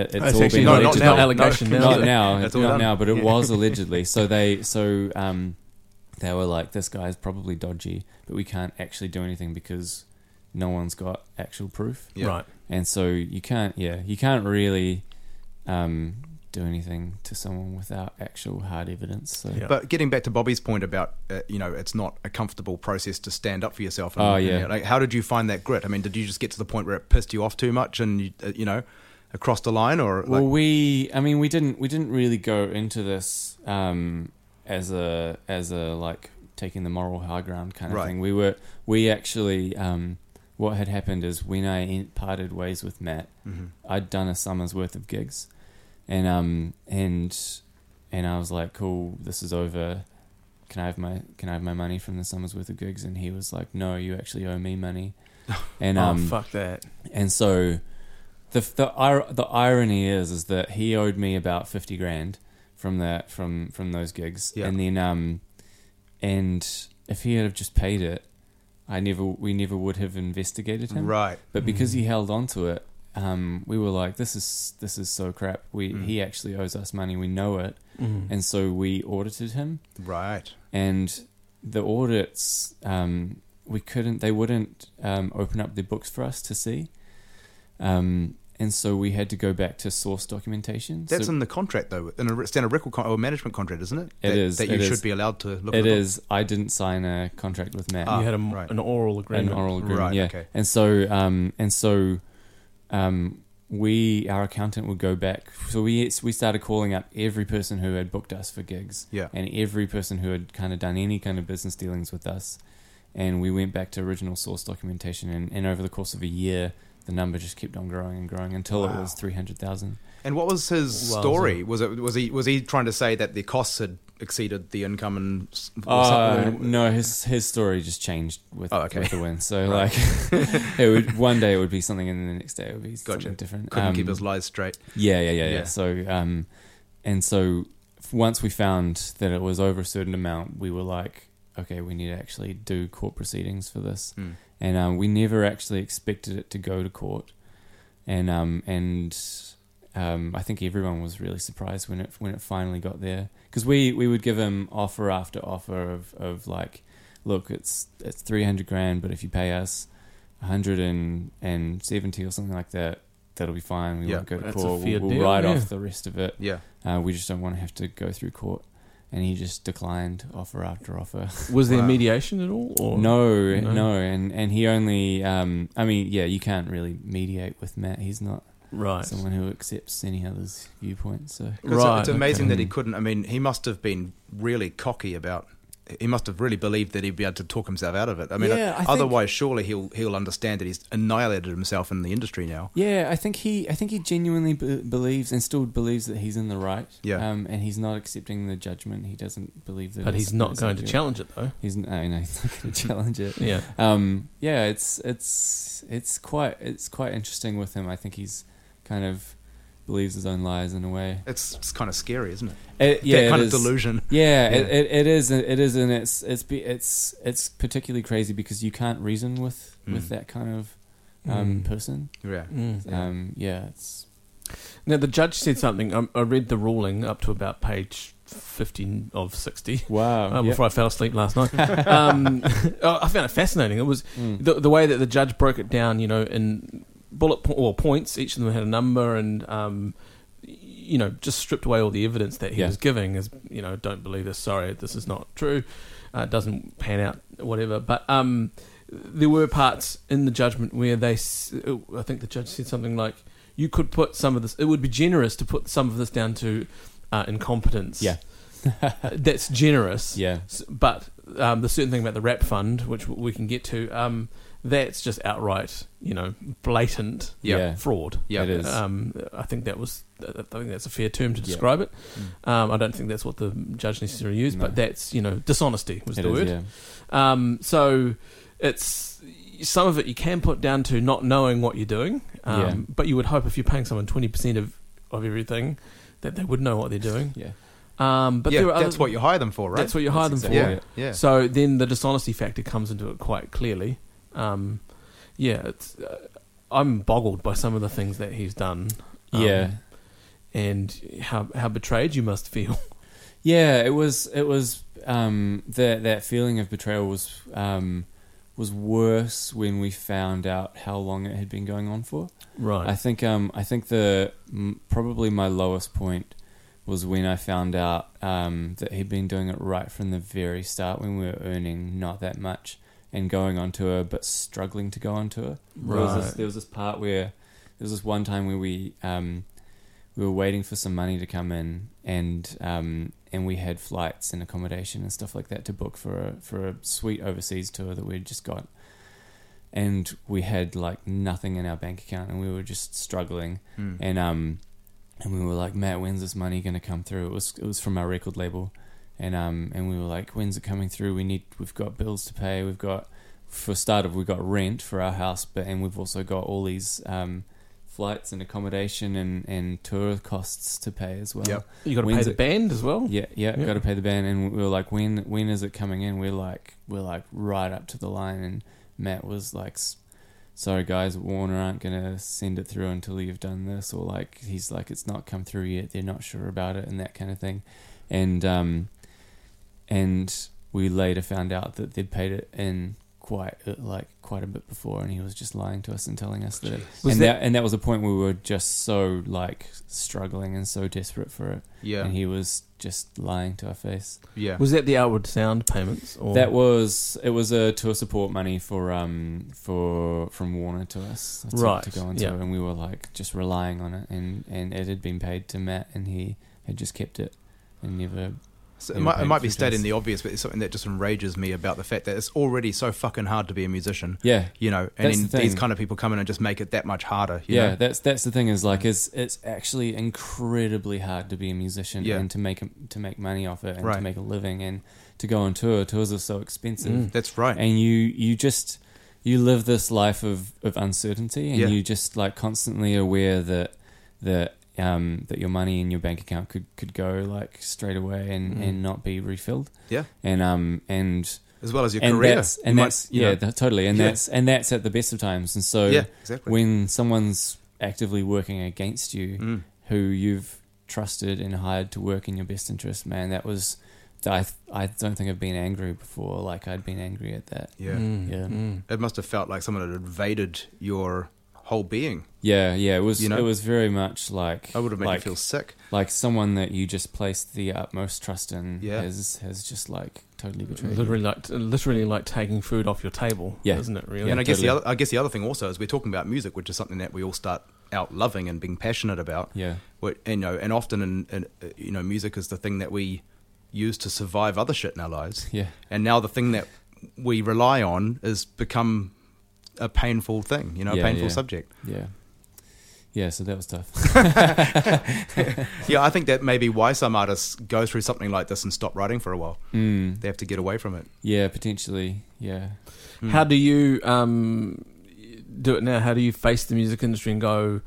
it's That's all Oh, actually been not- alleged. not now. allegation No, now. not no. now, That's all not done. now, but it Yeah. was allegedly. So they so um they were like this guy's probably dodgy, but we can't actually do anything because no one's got actual proof Yeah. right? and so you can't yeah you can't really um, do anything to someone without actual hard evidence so Yeah. But getting back to Bobby's point about, uh, you know, it's not a comfortable process to stand up for yourself. Oh, and, yeah. you know, like, how did you find that grit? I mean, did you just get to the point where it pissed you off too much and, you, uh, you know, across the line or like, well we i mean we didn't we didn't really go into this um, as a as a like taking the moral high ground kind of Right. thing we were we actually um, what had happened is when i en- parted ways with matt Mhm. I'd done a summer's worth of gigs, and um and and I was like, cool, this is over. Can I have my Can I have my money from the summer's worth of gigs? And he was like, no, you actually owe me money. And oh um fuck that! and so the the ir- the irony is is that he owed me about fifty grand from that from from those gigs, Yeah. and then um and if he had have just paid it, I never we never would have investigated him right. but because he held on to it, um, we were like, "This is this is so crap." We Mm. he actually owes us money. We know it, Mm. and so we audited him. Right. And the audits, um, we couldn't. They wouldn't um, open up their books for us to see. Um, and so we had to go back to source documentation. That's so in the contract, though, in a re- standard record con- or management contract, isn't it? It that, is, That you it should is. be allowed to look it at the- is. I didn't sign a contract with Matt. Ah, you had a, right. an oral agreement. an oral agreement. Right, yeah. okay. And so, um, and so, um, we our accountant would go back. So we we started calling up every person who had booked us for gigs, Yeah. and every person who had kind of done any kind of business dealings with us, and we went back to original source documentation. And, and over the course of a year, the number just kept on growing and growing until it Wow. was three hundred thousand. And what was his Wowza. story? Was it was he was he trying to say that the costs had exceeded the income and s- or Uh, something? no, his his story just changed with, Oh, okay. with the win. So like, it would one day it would be something, and the next day it would be Gotcha. something different. couldn't Um, keep his lies straight? Yeah, yeah, yeah, yeah. Yeah. So, um, and so f- once we found that it was over a certain amount, we were like, okay, we need to actually do court proceedings for this, Mm. and um, we never actually expected it to go to court, and um, and um, I think everyone was really surprised when it when it finally got there because we we would give him offer after offer of of like, look, it's it's three hundred grand, but if you pay us. 170 or something like that that'll be fine we Yeah. won't go to That's a court we'll, fair we'll deal, write yeah. off the rest of it Yeah. uh, we just don't want to have to go through court and he just declined offer after offer Was there Wow. mediation at all? Or no No. no and and he only um i mean yeah you can't really mediate with matt he's not right? someone who accepts any other's viewpoint so 'Cause Right, It's amazing okay. that he couldn't. I mean, he must have been really cocky about. He must have really believed that he'd be able to talk himself out of it. I mean, Yeah, I think- otherwise, surely he'll he'll understand that he's annihilated himself in the industry now. yeah i think he i think he genuinely b- believes and still believes that he's in the right Yeah. um and he's not accepting the judgment he doesn't believe that But it's- he's not it's going to accurate. challenge it though. he's no, no he's not going to challenge it Yeah. um, yeah, it's it's it's quite it's quite interesting with him. I think he's kind of believes his own lies in a way. It's, it's kind of scary, isn't it? It, yeah, that kind it of is. delusion. Yeah, Yeah. It, it, it is it is, and it's it's be, it's it's particularly crazy because you can't reason with Mm. with that kind of um, person. Yeah. Mm. Yeah. Um, yeah, it's Now the judge said something. Um, I, I read the ruling up to about page fifty of sixty. Wow. Uh, yep. Before I fell asleep last night, um, I found it fascinating. It was Mm. the, the way that the judge broke it down, you know, in bullet po- or points, each of them had a number, and um, you know, just stripped away all the evidence that he Yeah. was giving. As you know, don't believe this. Sorry, this is not true. Uh, it doesn't pan out. Whatever. But um, there were parts in the judgment where they, s- I think the judge said something like, "You could put some of this. It would be generous to put some of this down to uh, incompetence." Yeah. Uh, that's generous. yeah. S- but um, the certain thing about the rap fund, which w- we can get to, um, that's just outright, you know, blatant Yeah. Yeah. fraud. Yeah. It is. Um, I think that was. I think that's a fair term to Yeah. Mm. describe it. Um, I don't think that's what the judge necessarily used, No. but that's you know dishonesty was It the is, word. yeah. Um, so it's some of it you can put down to not knowing what you're doing, um, Yeah. but you would hope if you're paying someone twenty percent of of everything that they would know what they're doing. Yeah. Um, but yeah, there are that's other, what you hire them for, right? that's what you hire them That's for. exactly yeah, it. yeah. So then the dishonesty factor comes into it quite clearly. Um, yeah, it's, uh, I'm boggled by some of the things that he's done. um, Yeah. And how how betrayed you must feel. Yeah, it was it was um that that feeling of betrayal was um was worse when we found out how long it had been going on for. I Right. think um I think the m- probably my lowest point was when I found out um that he'd been doing it right from the very start when we were earning not that much and going on tour but struggling to go on tour. There was this, Right. there was this part where there was this one time where we um, we were waiting for some money to come in, and um, and we had flights and accommodation and stuff like that to book for a for a sweet overseas tour that we'd just got, and we had like nothing in our bank account, and we were just struggling, Mm. and um, and we were like, Matt, when's this money going to come through? It was it was from our record label, and um, and we were like, when's it coming through? We need we've got bills to pay. We've got for start of we got rent for our house, but and we've also got all these um, flights and accommodation and and tour costs to pay as well. Yep. You got to pay when's the it- band as well. Yeah, yeah, Yeah. got to pay the band, and we were like, when when is it coming in? We're like, we're like right up to the line, and Matt was like, s- sorry guys, Warner aren't gonna send it through until you've done this, or like he's like, it's not come through yet, they're not sure about it, and that kind of thing, and um, and we later found out that they'd paid it in quite uh, like quite a bit before, and he was just lying to us and telling us that. Was and that- that, and that was a point where we were just so like struggling and so desperate for it yeah, and he was just lying to our face. yeah. Was that the outward sound payments? Or? That was it was a tour support money for um for from Warner to us to, Right, to go on tour, yeah. and we were like just relying on it, and and it had been paid to Matt, and he had just kept it and never. So it You might, pay it might be three stating times. the obvious, but it's something that just enrages me about the fact that it's already so fucking hard to be a musician, Yeah, you know, and That's then the these thing. kind of people come in and just make it that much harder. You yeah. know? That's that's the thing is like it's it's actually incredibly hard to be a musician Yeah. and to make to make money off it and Right. to make a living and to go on tour. Tours are so expensive. Mm. that's right. and you you just you live this life of, of uncertainty and Yeah. you just like constantly aware that that um, that your money in your bank account could, could go like straight away and, Mm. and not be refilled Yeah. and um and as well as your and career. that's You and might- that's you yeah know, that, totally and Yeah. that's and that's at the best of times and so yeah, exactly. when someone's actively working against you Mm. who you've trusted and hired to work in your best interest man that was I, I don't think I've been angry before like I'd been angry at that Yeah. Mm, Yeah. mm. It must have felt like someone had invaded your whole being. Yeah, yeah, it was You know? it was very much like I would have made like, you feel sick. like someone that you just placed the utmost trust in Yeah. has has just like totally betrayed. you. Literally like literally like taking food off your table. Yeah. Isn't it really? Yeah, and I guess the totally. other, I guess the other thing also is we're talking about music, which is something that we all start out loving and being passionate about. Yeah, What- And, you know, and often, in, in, uh, you know, music is the thing that we use to survive other shit in our lives. yeah, and now the thing that we rely on has become a painful thing, you know, a Yeah, painful yeah. subject. yeah, yeah. So that was tough. Yeah, I think that may be why some artists go through something like this and stop writing for a while. mm, They have to get away from it. yeah, potentially. Yeah, Mm. How do you um, do it now? How do you face the music industry and go,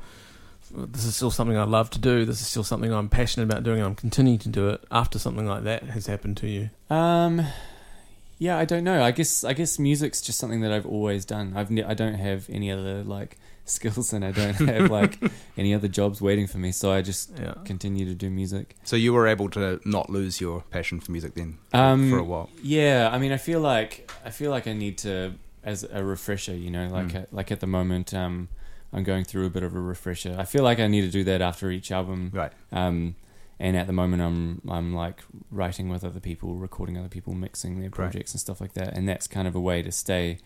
this is still something I love to do, this is still something I'm passionate about doing, and I'm continuing to do it after something like that has happened to you? um, Yeah, I don't know. I guess I guess music's just something that I've always done. I've ne- I don't have any other like skills, and I don't have like any other jobs waiting for me. So I just Yeah. continue to do music. So you were able to not lose your passion for music then for- Um, for a while. Yeah, I mean, I feel like I feel like I need to as a refresher. You know, like Mm. at, like at the moment, um, I'm going through a bit of a refresher. I feel like I need to do that after each album. Right. Um, and at the moment, I'm I'm like writing with other people, recording other people, mixing their projects and stuff like that. And that's kind of a way to stay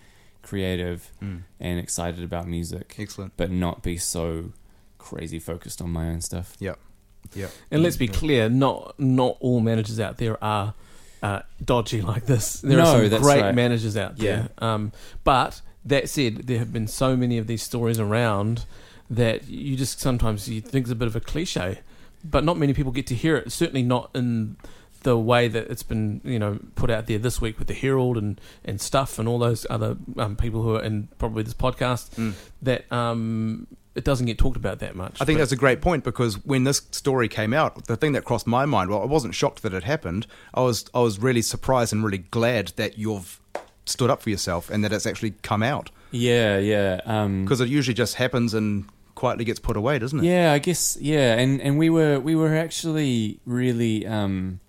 creative Mm. and excited about music, Excellent. but not be so crazy focused on my own stuff. And let's be clear, not not all managers out there are uh, dodgy like this. There No, are some that's great right. managers out there. Um, but that said, there have been so many of these stories around that you just sometimes you think it's a bit of a cliche, but not many people get to hear it. Certainly not in the way that it's been, you know, put out there this week with the Herald and, and stuff and all those other um, people who are in probably this podcast Mm. that um, it doesn't get talked about that much. I think But- that's a great point because when this story came out, the thing that crossed my mind, well, I wasn't shocked that it happened. I was I was really surprised and really glad that you've stood up for yourself and that it's actually come out Yeah, yeah. Um, because Mm. it usually just happens and quietly gets put away, doesn't it? Yeah, I guess. Yeah, and and we were we were actually really um,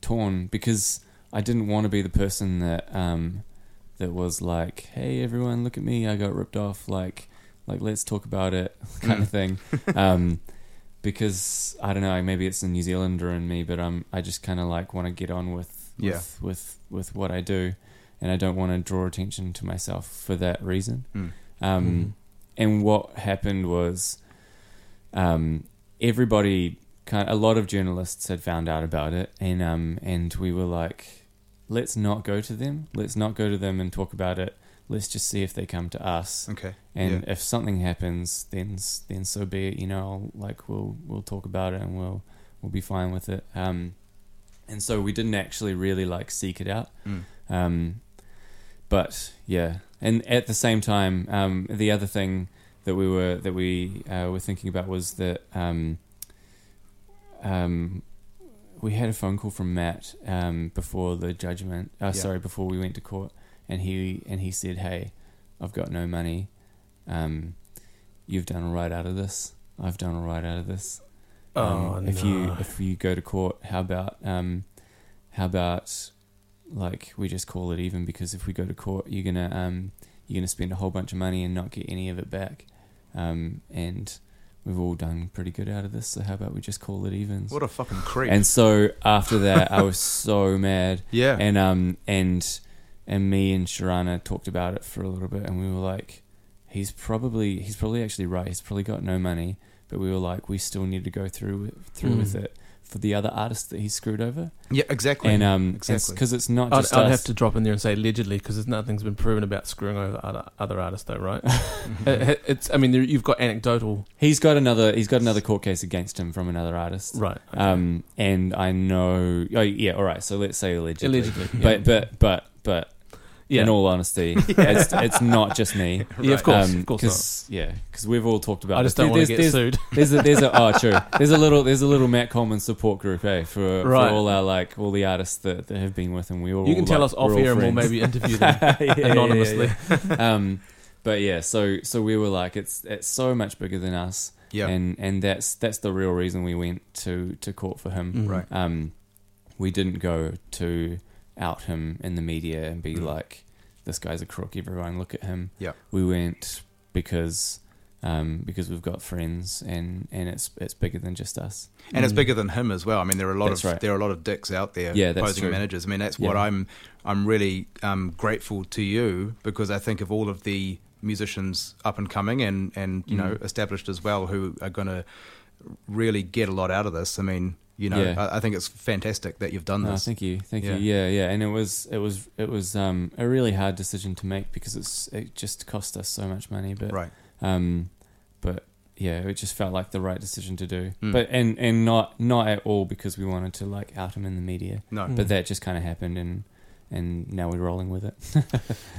torn because I didn't want to be the person that um, that was like, "Hey, everyone, look at me! I got ripped off!" Like, like let's talk about it, kind of thing. um, because I don't know, maybe it's the New Zealander in me, but I'm I just kind of like want to get on with Yeah. with, with with what I do, and I don't want to draw attention to myself for that reason. Mm. Um, And what happened was, um, everybody, kind a lot of journalists had found out about it, and um, and we were like, let's not go to them, let's not go to them and talk about it. Let's just see if they come to us, Okay. and if something happens, then s- then so be it. You know, I'll, like we'll we'll talk about it and we'll we'll be fine with it. Um, and so we didn't actually really like seek it out. Mm. Um, but yeah, and at the same time, um, the other thing that we were that we uh, were thinking about was that um, um, we had a phone call from Matt um, before the judgment. Uh, Yeah. Sorry, before we went to court, and he and he said, "Hey, I've got no money. Um, you've done all right out of this. I've done all right out of this." Oh, Um, if no. you if you go to court, how about um, how about like we just call it even because if we go to court, you're gonna um, you're gonna spend a whole bunch of money and not get any of it back, um, and we've all done pretty good out of this. So how about we just call it evens? What a fucking creep. and so after that, I was so mad, yeah. and um and and me and Sharana talked about it for a little bit, and we were like, he's probably he's probably actually right. He's probably got no money, but we were like, we still need to go through with, through Mm. with it for the other artists that he screwed over, yeah, exactly. and um Exactly. because it's not I'd, just uh, I'd us. have to drop in there and say allegedly because nothing's been proven about screwing over other, other artists, though, right? Mm-hmm. Mm-hmm. It- it's, I mean, there, you've got anecdotal, He's got another he's got another court case against him from another artist. right? okay. Um and I know oh yeah all right so let's say allegedly, allegedly, yeah. but but but but yeah, in all honesty it's it's not just me yeah, of course, Um, of course. 'cause- yeah, because we've all talked not. about. I just this. don't want to There- get there's, sued. There's a, there's a oh true. There's a little there's a little Matt Coleman support group, eh? For, Right. for all our like all the artists that, that have been with him. We all You can tell like, us off we're all air and we'll friends. maybe interview them Yeah, yeah, yeah, yeah. anonymously. um, but yeah, so so we were like, it's it's so much bigger than us, yeah. and and that's that's the real reason we went to to court for him Mm. Right. um, we didn't go to out him in the media and be Mm. like, "This guy's a crook." Everyone look at him. Yeah. we went because um, because we've got friends and and it's it's bigger than just us. and it's Mm. bigger than him as well. I mean, there are a lot That's of right. there are a lot of dicks out there Yeah, that's posing true. managers. I mean, that's what Yeah. I'm I'm really um, grateful to you because I think of all of the musicians up and coming and and you know Mm. established as well who are going to really get a lot out of this. I mean, you know, Yeah. I, I think it's fantastic that you've done No, this. thank you, thank Yeah. you. Yeah, yeah. And it was it was it was um, a really hard decision to make because it's it just cost us so much money. But right. um, but yeah, it just felt like the right decision to do. Mm. But and and not not at all because we wanted to like out him in the media. No. Mm. but that just kind of happened and and now we're rolling with it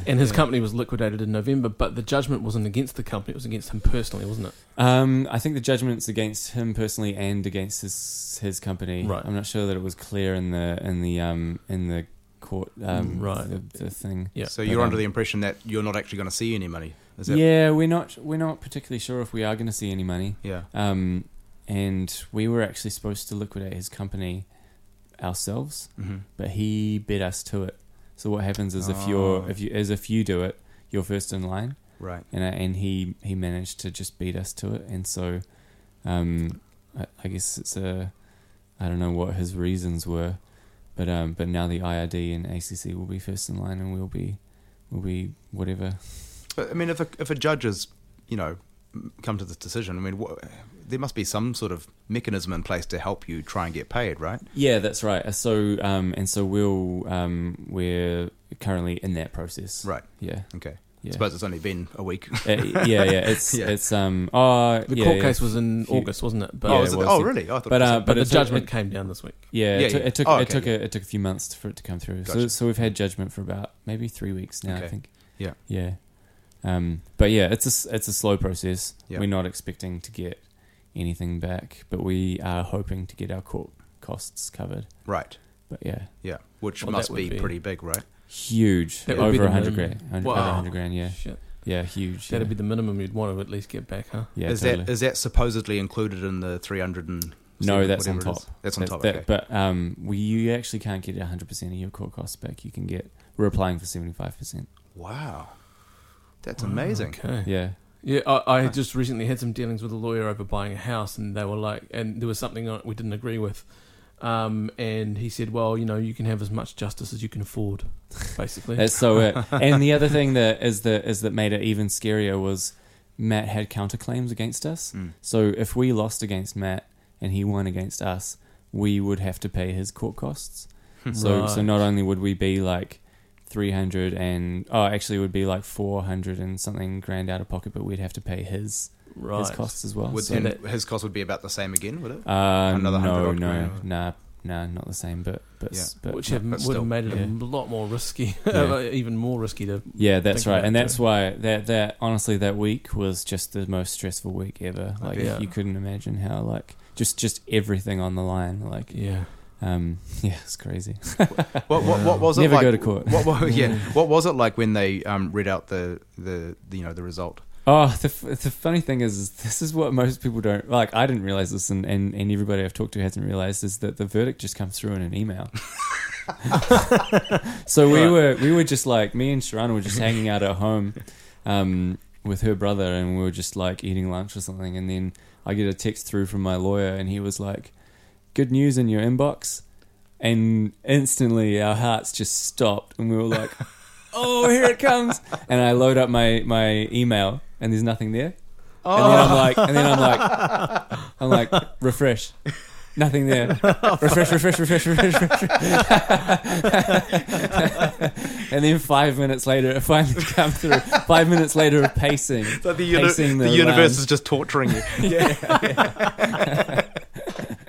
And his Yeah. company was liquidated in November, but the judgment wasn't against the company; it was against him personally, wasn't it? um i think the judgment's against him personally and against his his company Right. i'm not sure that it was clear in the in the um in the court um, Right. the, the thing. Yeah. So But, you're under um, the impression that you're not actually going to see any money. Is that Yeah, we're not we're not particularly sure if we are going to see any money. yeah. Um, and we were actually supposed to liquidate his company ourselves, Mm-hmm. but he bid us to it. So what happens is if you're Oh. if you is if you do it, you're first in line, Right. and I, and he he managed to just beat us to it, and so, um, I, I guess it's a I don't know what his reasons were, but um, but now the IRD and ACC will be first in line, and we'll be we'll be whatever. But I mean, if a, if a judge has, you know, m- come to this decision, I mean, wha there must be some sort of mechanism in place to help you try and get paid, right? Yeah, that's right. Uh, So um, and so we'll um, we're currently in that process. Right. Yeah. Okay. Yeah. I suppose it's only been a week. Uh, yeah, yeah, it's Yeah. it's um oh The yeah, court yeah. case was in Few- August, wasn't it? But, Yeah, oh, it is it, was. oh, really? I thought But, it was uh, a- but the it took- judgment came down this week. yeah, Yeah, it, took, yeah. it took Oh, it okay, took yeah. a, it took a few months for it to come through. So Gotcha. so we've had judgment for about maybe three weeks now. Okay. I think. Yeah. Yeah. Um. But yeah, it's a s- it's a slow process. Yeah. We're not expecting to get anything back, but we are hoping to get our court costs covered. right. But yeah, Yeah, which Well, must that would be, be- pretty big, right? huge. That would be over the a hundred minimum. grand. hun- Over Wow. a hundred grand. Yeah. Shit. Yeah. Huge. That'd yeah. be the minimum you'd want to at least get back, huh? yeah, is totally. that is that supposedly included in the three hundred and? No, that's on whatever it is? top. That's on That- top. that- okay. But um, we you actually can't get 100% of your court costs back. You can get we're applying for 75%. Wow, that's amazing. Okay. Yeah. Yeah, I, I just recently had some dealings with a lawyer over buying a house, and they were like, and there was something on it we didn't agree with. Um, and he said, well, you know, you can have as much justice as you can afford, basically. That's so it. And the other thing that is that is that made it even scarier was Matt had counterclaims against us. Mm. So if we lost against Matt and he won against us, we would have to pay his court costs. So so Right. not only would we be like 300 and oh actually it would be like 400 and something grand out of pocket, but we'd have to pay his right. his costs as well. Would, Oh, So- and that- his cost would be about the same again, would it? Uh, Another no, hundred no, odd grand. nah, nah, not the same. But but, Yeah. but Which have, but would still, have made it yeah. a lot more risky, Yeah. even more risky to. yeah, that's think right, about and it that's too. why that that honestly that week was just the most stressful week ever. Like bet. you couldn't imagine how like just just everything on the line. Like Yeah. um yeah, it's crazy. What, what, what was it Never like? go to court. What, what, yeah, what was it like when they um, read out the, the, the you know the result? Oh, the, f- the funny thing is, is, this is what most people don't like. I didn't realize this, and, and, and everybody I've talked to hasn't realized is that the verdict just comes through in an email. so we were we were just like me and Sharon were just hanging out at home um, with her brother, and we were just like eating lunch or something, and then I get a text through from my lawyer, and he was like, "Good news in your inbox," and instantly our hearts just stopped, and we were like. Oh, here it comes! And I load up my, my email, and there's nothing there. Oh, And then I'm like, and then I'm like, I'm like, refresh, nothing there. Refresh, refresh, refresh, refresh, refresh. and then five minutes later, it finally comes through. Five minutes later of pacing, the, uni- Pacing the the universe rounds. is just torturing you.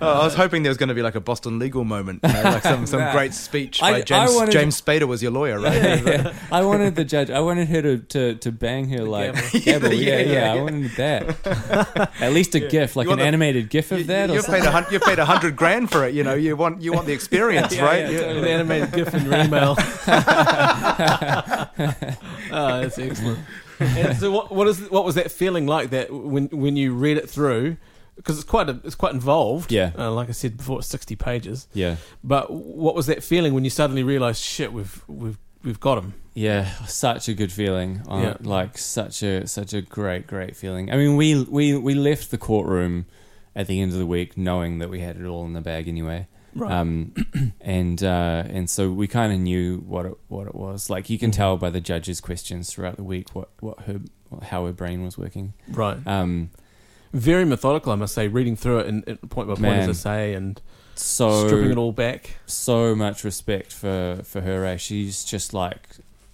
oh, I was hoping there was going to be like a Boston legal moment, you know, like some, some Nah. great speech I- by I James. wanted- James Spader was your lawyer, right? Yeah. I wanted the judge. I wanted her to, to, to bang her like gavel. gavel. Yeah, Yeah, yeah, yeah, I yeah. wanted that. At least a gif, like You an want the- animated gif of You, that. or have paid a hun- you've paid a hundred grand for it. You know, you want you want the experience, Yeah, right? yeah, An animated GIF in your email. oh, that's excellent. And so, what what is what was that feeling like that when when you read it through? Because it's quite a, it's quite involved. Yeah. Uh, like I said before, it's sixty pages. Yeah. But what was that feeling when you suddenly realised, shit, we've we've we've got him? Yeah, such a good feeling. Uh, Yeah. Like such a such a great great feeling. I mean, we we we left the courtroom at the end of the week knowing that we had it all in the bag anyway. Um and uh and so we kind of knew what it, what it was. Like you can Mm. tell by the judge's questions throughout the week what what her how her brain was working. right. Um Very methodical, I must say. Reading through it and and point by point, Man. as I say, and so stripping it all back. so much respect for for her. Eh? She's just like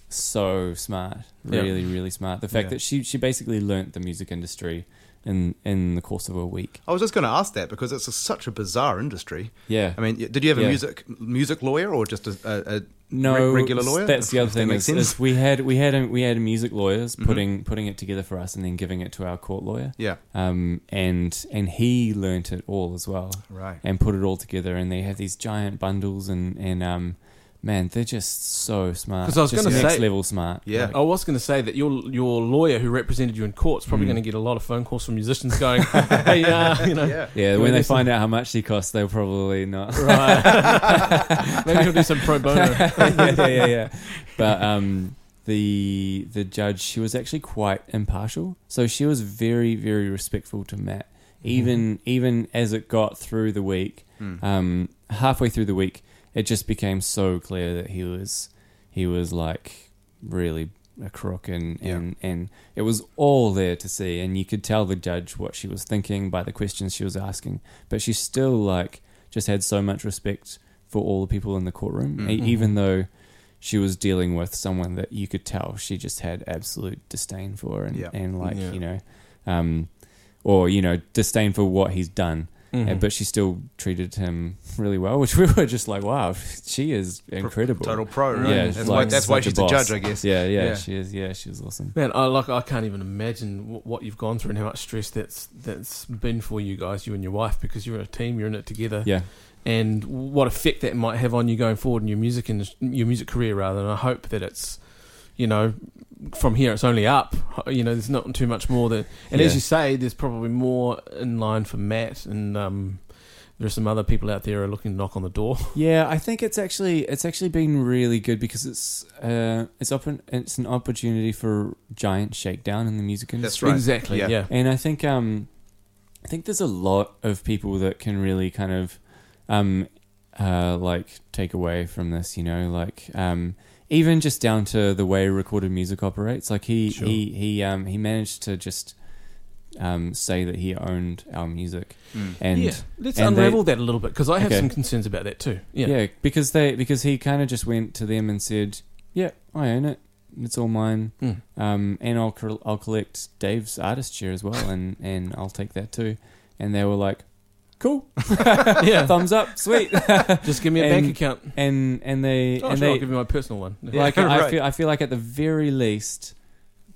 so smart, Yeah. really, really smart. The fact Yeah. that she she basically learnt the music industry in in the course of a week. I was just going to ask that because it's a, such a bizarre industry. Yeah, I mean, y- did you have a Yeah. music music lawyer or just a, a, a no reg- regular lawyer? That's the If other that thing makes is, sense. Mm-hmm. is we had we had we had music lawyers putting putting it together for us and then giving it to our court lawyer. yeah, Um, and and he learnt it all as well. right. and put it all together and they have these giant bundles and and um man, they're just so smart. 'Cause I was Just gonna next say- level smart. Yeah. Like, I was going to say that your your lawyer who represented you in court's probably Mm. going to get a lot of phone calls from musicians going, "Hey, uh, you know, Yeah. yeah, Well, when they there's some- find out how much they cost, they'll probably not. right, maybe he'll do some pro bono." yeah, yeah, yeah, yeah. But um, the the judge, she was actually quite impartial. So she was very, very respectful to Matt. Even even as it got through the week, Mm. um, halfway through the week, it just became so clear that he was he was like really a crook, and Yeah. and and it was all there to see, and you could tell the judge what she was thinking by the questions she was asking, but she still like just had so much respect for all the people in the courtroom, e- Mm-hmm. Mhm. even though she was dealing with someone that you could tell she just had absolute disdain for, and Yeah. and like Yeah. you know, um, or you know, disdain for what he's Mhm. done. Uh, Mm-hmm. but she still treated him really well, which we were just like, wow, she is incredible. Total pro, right? Yeah, that's she's why, like that's why such a she's the boss. judge, I guess. Yeah, yeah, Yeah. she is. Yeah, she was awesome. Man, I like I can't even imagine wh- what you've gone through and how much stress that's that's been for you guys, you and your wife, because you're a team, you're in it together, Yeah, and what effect that might have on you going forward in your music and your music career, rather. And I hope that it's, you know, from here it's only up. You know, there's not too much more that, and as Yeah. you say, there's probably more in line for Matt, and um, there are some other people out there who are looking to knock on the door. yeah. I think it's actually it's actually been really good because it's uh it's open it's an opportunity for giant shakedown in the music That's industry. right. Exactly. Yeah. Yeah. And I think um, I think there's a lot of people that can really kind of um, uh, like take away from this. You know, like um, even just down to the way recorded music operates. Like he Sure. he he um, he managed to just um, say that he owned our music Mm. and. yeah. Let's and they- unravel that a little bit because I have Okay. some concerns about that too. Yeah. Yeah. because they because he kind of just went to them and said, "Yeah, I own it. It's all mine. Mm. Um, and I'll col- I'll collect Dave's artist share as well, and and I'll take that too." And they were like, "Cool, Yeah. thumbs up, sweet." Just give me a And- bank account. and and they Oh, and sure, I'll they give you my personal one. like Yeah, I right. feel I feel like at the very least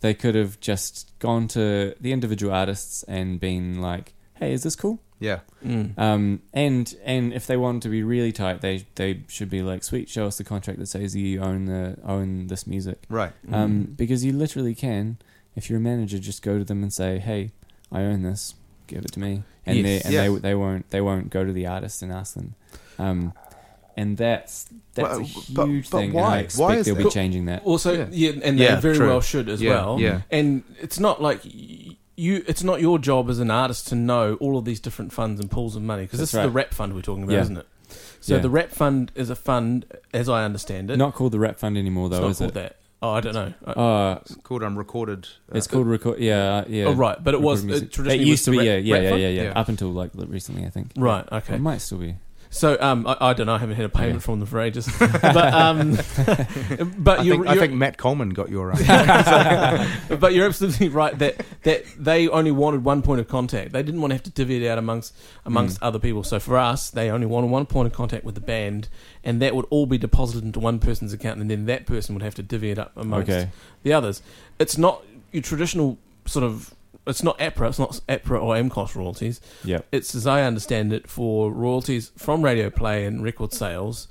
they could have just gone to the individual artists and been like, "Hey, is this cool?" Yeah. Mm. Um, and and if they wanted to be really tight, they they should be like, "Sweet, show us the contract that says you own the own this music." Right. Um, because you literally can, if you're a manager, just go to them and say, "Hey, I own this. Give it to me." And Yes. they and Yeah. they they won't they won't go to the artist and ask them. Um, and that's that's Well, a but- huge but thing. why- And I why expect is they'll that? be changing that. also, Yeah. yeah, and they Yeah, very true. well should as Yeah, well. yeah. And it's not like y- you. It's not your job as an artist to know all of these different funds and pools of money because this That's is the right. rap fund we're talking about, Yeah. isn't it? So Yeah. the rap fund is a fund, as I understand it. Not called the Rap Fund anymore, it's though, not is called it? that. Oh, I don't know. I- Uh, It's called unrecorded. uh, it's called record. Yeah, uh, yeah. Oh, right, but it was it Recorded music. traditionally It used was to be, the yeah, rap- yeah, rap yeah, fund? yeah, yeah, Yeah. Up until like recently, I think. Right. It Okay. might still be. So um, I, I don't know. I haven't had a payment Okay. from them for ages. but um, but I you're, think, I you're- think Matt Coleman got your uh, but you're absolutely right that that they only wanted one point of contact. They didn't want to have to divvy it out amongst amongst other people. So for us, they only wanted one point of contact with the band, and that would all be deposited into one person's account, and then that person would have to divvy it up amongst Okay. the others. It's not your traditional sort of. It's not APRA. It's not APRA or MCOS royalties. Yep. It's as I understand it for royalties from radio play and record sales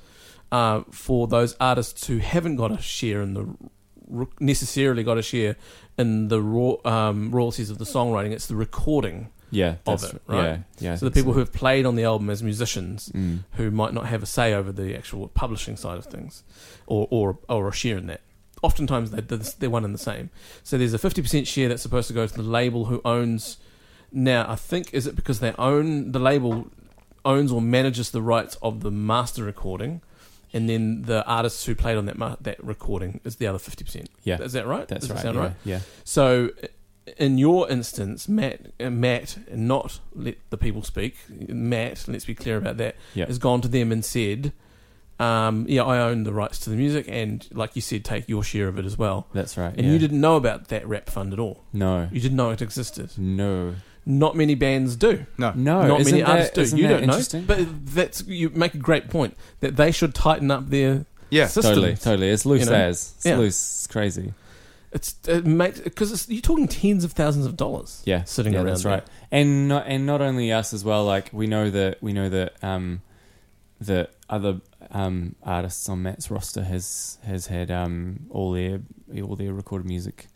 uh, for those artists who haven't got a share in the r- necessarily got a share in the raw, um, royalties of the songwriting. It's the recording. Yeah. Of that's- it, right? Yeah. yeah I so the think people who have played on the album as musicians Mm. who might not have a say over the actual publishing side of things, or or or a share in that. Oftentimes they they're they're one and the same. So there's a fifty percent share that's supposed to go to the label who owns. Now I think is it because they own the label owns or manages the rights of the master recording, and then the artists who played on that ma- that recording is the other fifty percent. Yeah. is that right? Does That's that right. sound yeah, right? Yeah. So, in your instance, Matt, uh, Matt, and not let the people speak. Matt, let's be clear about that. Yeah. Has gone to them and said, um, "Yeah, I own the rights to the music, and like you said, take your share of it as well." That's right. And yeah. you didn't know about that rap fund at all. No. You didn't know it existed. No. Not many bands do. no. No. not isn't many that- artists isn't do. You that don't know. interesting? But that's you make a great point that they should tighten up their Yeah. system. Totally. Totally. It's loose You know? as. It's Yeah. loose. It's crazy. It's it makes because you're talking tens of thousands of dollars. Yeah. sitting yeah, around. That's there. right. And not and not only us as well. Like we know that we know that um, that other um, artists on Matt's roster has has had um, all their all their recorded music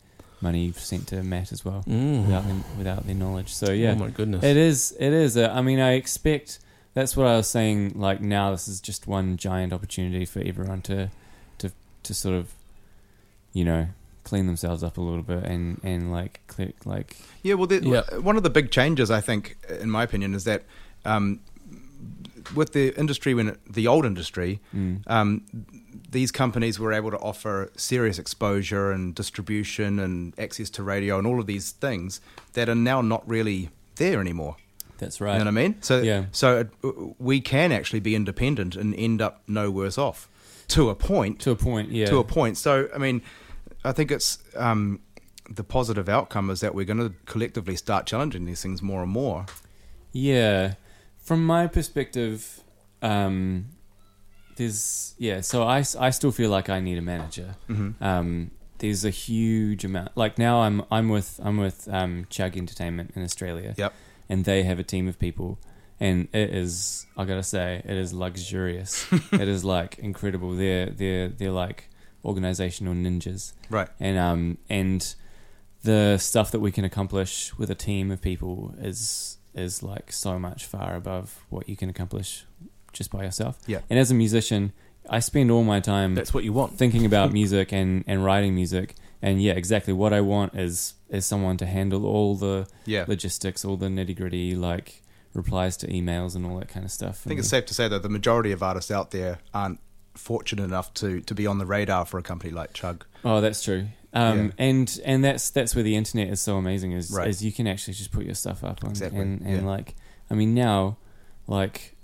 money sent to Matt as well Mm. without them, without their knowledge. So Oh yeah, my goodness. it is it is. A, I mean, I expect that's what I was saying. Like now, this is just one giant opportunity for everyone to to to sort of you know clean themselves up a little bit and and like click like Yeah, well, the, Yeah. one of the big changes, I think, in my opinion, is that um, with the industry, when it, the old industry, mm, um, these companies were able to offer serious exposure and distribution and access to radio and all of these things that are now not really there anymore. that's right. You know what I mean? So, Yeah. so it, we can actually be independent and end up no worse off to a point to a point, yeah. to a point. So, I mean, I think it's um, the positive outcome is that we're going to collectively start challenging these things more and more. Yeah, from my perspective, um, there's yeah. So I, s- I still feel like I need a manager. Um, there's a huge amount. Like now I'm I'm with I'm with um, Chug Entertainment in Australia. Yep. And they have a team of people, and it is I gotta say it is luxurious. it is like incredible. They're they're they're like organizational ninjas Right. and um and the stuff that we can accomplish with a team of people is is like so much far above what you can accomplish just by yourself. Yeah. And as a musician, I spend all my time That's what you want. thinking about music and and writing music. And yeah, exactly what I want is is someone to handle all the Yeah. I logistics, all the nitty gritty, like replies to emails and all that kind of stuff. think it's safe to say that the majority of artists out there aren't fortunate enough to, to be on the radar for a company like Chug. Oh, that's true. Um, Yeah. and and that's that's where the internet is so amazing is Right. is you can actually just put your stuff up on Exactly, and and yeah. like I mean now like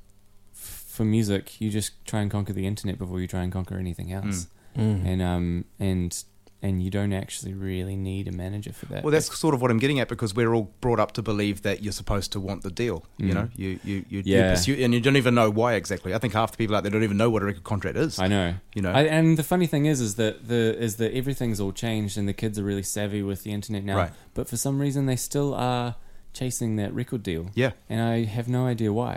f- for music you just try and conquer the internet before you try and conquer anything Hmm. else Mm. and um and and you don't actually really need a manager for that Well, that's sort of what I'm getting at because we're all brought up to believe that you're supposed to want the deal. You Mm. know, you you you, you Yeah. pursue, and you don't even know why exactly. I think half the people out there don't even know what a record contract is. I know you know, I, and the funny thing is, is that the is that everything's all changed, and the kids are really savvy with the internet now. Right. But for some reason, they still are chasing that record deal. Yeah. and I have no idea why.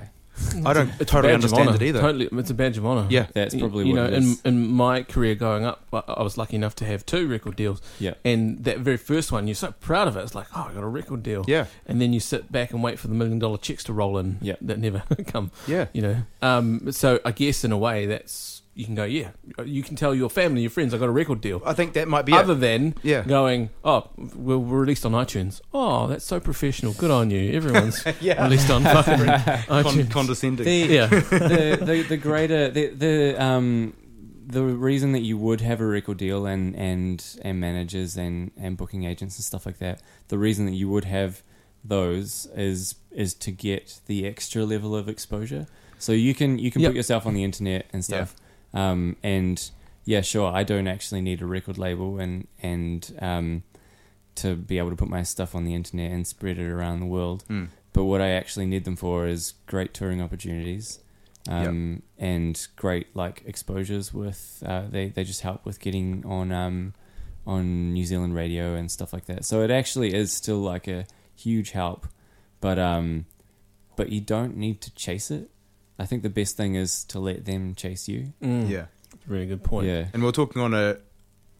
I don't Badge totally of understand honor. it either. Totally, it's a badge of honor. Yeah. That's Y- probably you what know. in it is. in my career going up, I I was lucky enough to have two record deals. Yeah. And that very first one, you're so proud of it. It's like, oh, I got a record deal. Yeah, And then you sit back and wait for the million dollar checks to roll in. Yeah. That never come. yeah, You know. Um. So I guess in a way, that's you can go. Yeah. You can tell your family, your friends, I got a record deal. I think that might be it. Other than Yeah. going, oh, we're we're released on iTunes. Oh, that's so professional. Good on you. Everyone's Yeah. released on fucking Con- iTunes. condescending. The, yeah. the, the the greater the the um the reason that you would have a record deal and and and managers and and booking agents and stuff like that, the reason that you would have those is is to get the extra level of exposure. So you can you can Yep. put yourself on the internet and stuff. Um and yeah, sure, I don't actually need a record label and and um to be able to put my stuff on the internet and spread it around the world Mm. but what I actually need them for is great touring opportunities, um, and great like exposures with. Uh, they they just help with getting on um, on New Zealand radio and stuff like that. So it actually is still like a huge help, but um, but you don't need to chase it. I think the best thing is to let them chase you. Mm. Yeah, Really good point. Yeah, and we are talking on a.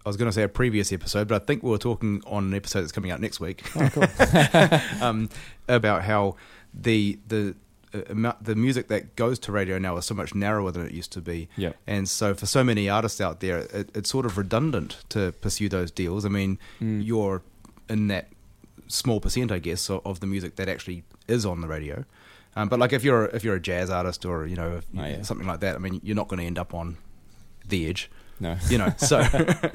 I was going to say a previous episode, but I think we were talking on an episode that's coming out next week Oh, um, about how the the uh, amount, the music that goes to radio now is so much narrower than it used to be. yeah, And so, for so many artists out there, it, it's sort of redundant to pursue those deals. I mean, Hmm. you're in that small percent, I guess, o- of the music that actually is on the radio. Um, but like, if you're if you're a jazz artist or you know if- Oh, yeah. something like that, I mean, you're not going to end up on the edge, no, you know. So,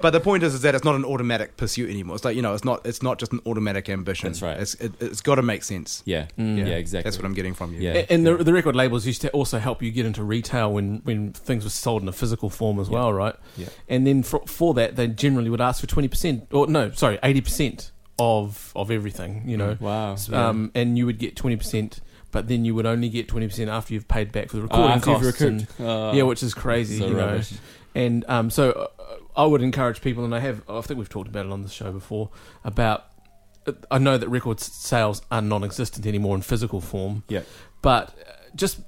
but the point is, is that it's not an automatic pursuit anymore. It's like you know, it's not it's not just an automatic ambition. That's right. It's it, it's got to make sense. yeah, Mm. yeah, exactly. That's what I'm getting from you. Yeah. A- And the, the record labels used to also help you get into retail when, when things were sold in a physical form as well, right? Yeah. And then for, for that, they generally would ask for 20%, or no, sorry, 80% of, of everything, you know. Wow. Um, and you would get 20%, but then you would only get 20% after you've paid back for the Oh, recording after you've costs. and- recouped. Uh, yeah, which is crazy, so you know. rubbish. And um, so uh, I would encourage people, and I have, I think we've talked about it on the show before, about I know that record sales are non existent anymore in physical form. Yeah. But uh, just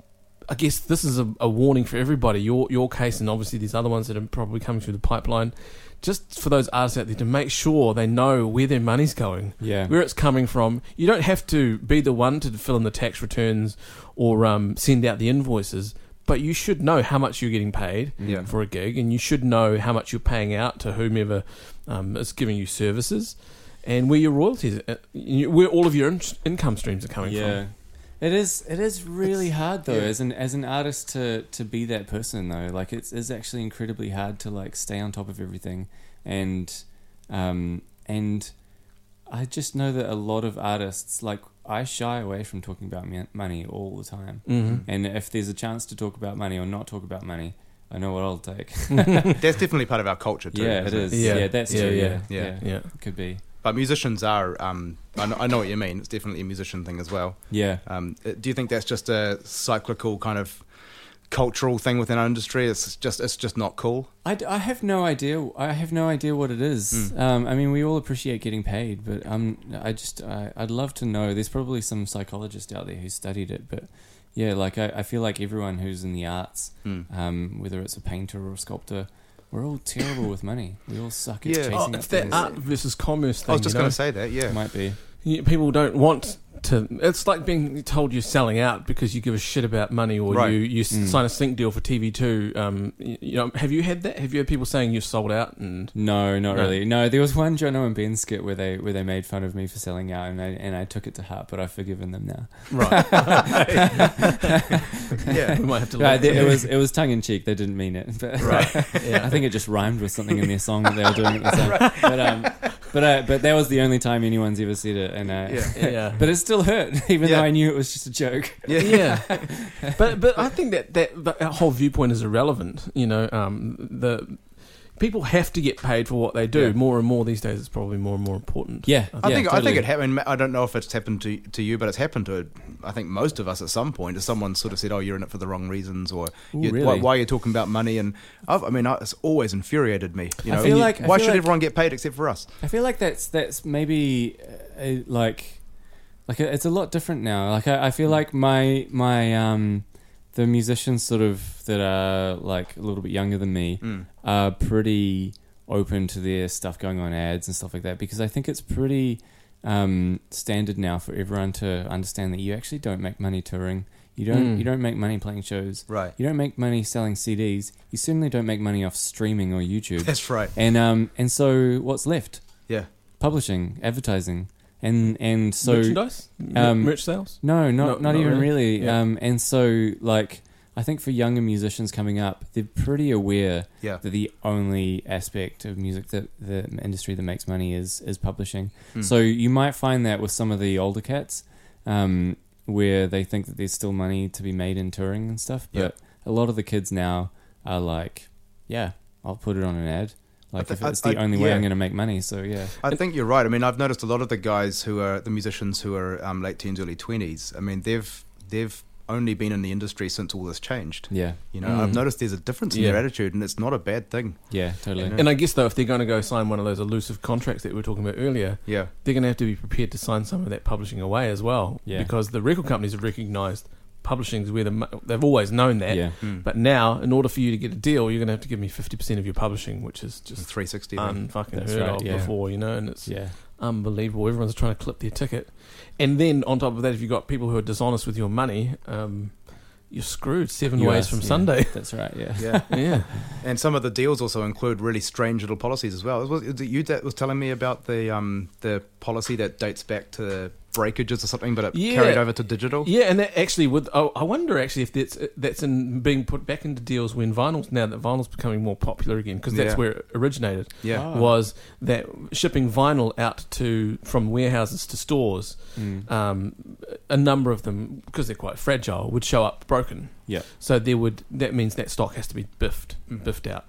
I guess this is a, a warning for everybody. Your your case, and obviously these other ones that are probably coming through the pipeline. Just for those artists out there to make sure they know where their money's going, Yeah. where it's coming from. You don't have to be the one to fill in the tax returns or um, send out the invoices, but you should know how much you're getting paid Yeah. for a gig, and you should know how much you're paying out to whomever um, is giving you services, and where your royalties, uh, you- where all of your in- income streams are coming yeah. from. It is it is really hard though yeah. as an as an artist to to be that person though. Like it's is actually incredibly hard to like stay on top of everything and um and I just know that a lot of artists like I shy away from talking about mon- money all the time. Mm-hmm. And if there's a chance to talk about money or not talk about money, I know what I'll take. That's definitely part of our culture too. Mm. yeah, it isn't is. Yeah. Yeah, that's Yeah, true. yeah, Yeah. Yeah. yeah. Yeah. Could be. But musicians are. Um, I, know, I know what you mean. It's definitely a musician thing as well. Yeah. Um, uh, do you think that's just a cyclical kind of cultural thing within our industry? It's just it's just not cool. I, d- I have no idea. I have no idea what it is. Hmm. Um, I mean, we all appreciate getting paid, but um, I just I, I'd love to know. There's probably some psychologist out there who studied it, but yeah, like I, I feel like everyone who's in the arts, um, whether it's a painter or a sculptor, we're all terrible with money. We all suck at Yeah. chasing Oh, up it's that things. art versus commerce thing. I was just you know? going to say that. Yeah. Might be. You- people don't want to. It's like being told you're selling out because you give a shit about money, or Right. you you s Mm. sign a sync deal for TV two. Um, you, you know, have you had that? Have you had people saying you're sold out? And No, not No. really. No, there was one Jono and Ben skit where they where they made fun of me for selling out, and I and I took it to heart, but I've forgiven them now. right, yeah. we might have to. Right, look- they- it was it was tongue in cheek. They didn't mean it, but Yeah. I think it just rhymed with something in their song that they were doing at the time. But um, but uh, but that was the only time anyone's ever said it, and uh, Yeah. yeah. but it still hurt, even Yeah. though I knew it was just a joke. Yeah. yeah, but but I think that that, that whole viewpoint is irrelevant. You know, um, the people have to get paid for what they do. Yeah. More and more these days, it's probably more and more important. Yeah, I yeah, think I totally. think it happened. I don't know if it's happened to to you, but it's happened to I think most of us at some point. Is someone sort of said, "Oh, you're in it for the wrong reasons," or Ooh, you- why, really? why are you talking about money? And I've, I mean, I, it's always infuriated me. You I know, feel You- like- I why feel should like- everyone get paid except for us? I feel like that's that's maybe uh, uh, like like it's a lot different now. Like I, I Mm. feel like my my um the musicians sort of that are like a little bit younger than me are pretty open to their stuff going on ads and stuff like that because I think it's pretty um, standard now for everyone to understand that you actually don't make money touring. You don't Mm. you don't make money playing shows. Right. You don't make money selling CDs. You certainly don't make money off streaming or YouTube. That's right. and um and so what's left? Yeah. publishing, advertising, and and so merchandise, um, merch sales. no, not No, not, not even really. really. Yeah. Um, and so like I think for younger musicians coming up, they're pretty aware Yeah. that the only aspect of music that the industry that makes money is is publishing. So you might find that with some of the older cats, um, where they think that there's still money to be made in touring and stuff. But Yeah. a lot of the kids now are like, yeah, I'll put it on an ad. Like thi- if I- it's the I- only way yeah. I'm going to make money, so yeah. I think you're right. I mean, I've noticed a lot of the guys who are the musicians who are um, late teens, early twenties. I mean, they've they've only been in the industry since all this changed. Yeah, You know, Mm. I've noticed there's a difference in their Yeah. attitude, and it's not a bad thing. yeah, totally. And I guess though, if they're going to go sign one of those elusive contracts that we were talking about earlier, Yeah. they're going to have to be prepared to sign some of that publishing away as well, Yeah. because the record companies have recognised publishing's where the mo- they've always known that. Yeah, Mm. But now, in order for you to get a deal, you're going to have to give me fifty percent of your publishing, which is just 360. um, thing. unfucking Um, That's heard right, of yeah. before, you know, and it's yeah. unbelievable. Everyone's trying to clip their ticket, and then on top of that, if you've got people who are dishonest with your money, um, you're screwed seven You ways are, from yeah. Sunday. That's right. Yeah. Yeah, yeah, and some of the deals also include really strange little policies as well. Was it you that was telling me about the um the policy that dates back to breakages or something, but it Yeah. carried over to digital? yeah, and that actually would. Oh, I wonder actually if that's that's in being put back into deals when vinyls now that vinyls becoming more popular again because that's Yeah. where it originated. Yeah. Ah. was that shipping vinyl out to from warehouses to stores, Mm. um, a number of them because they're quite fragile would show up broken. Yeah. So there would that means that stock has to be biffed, biffed out,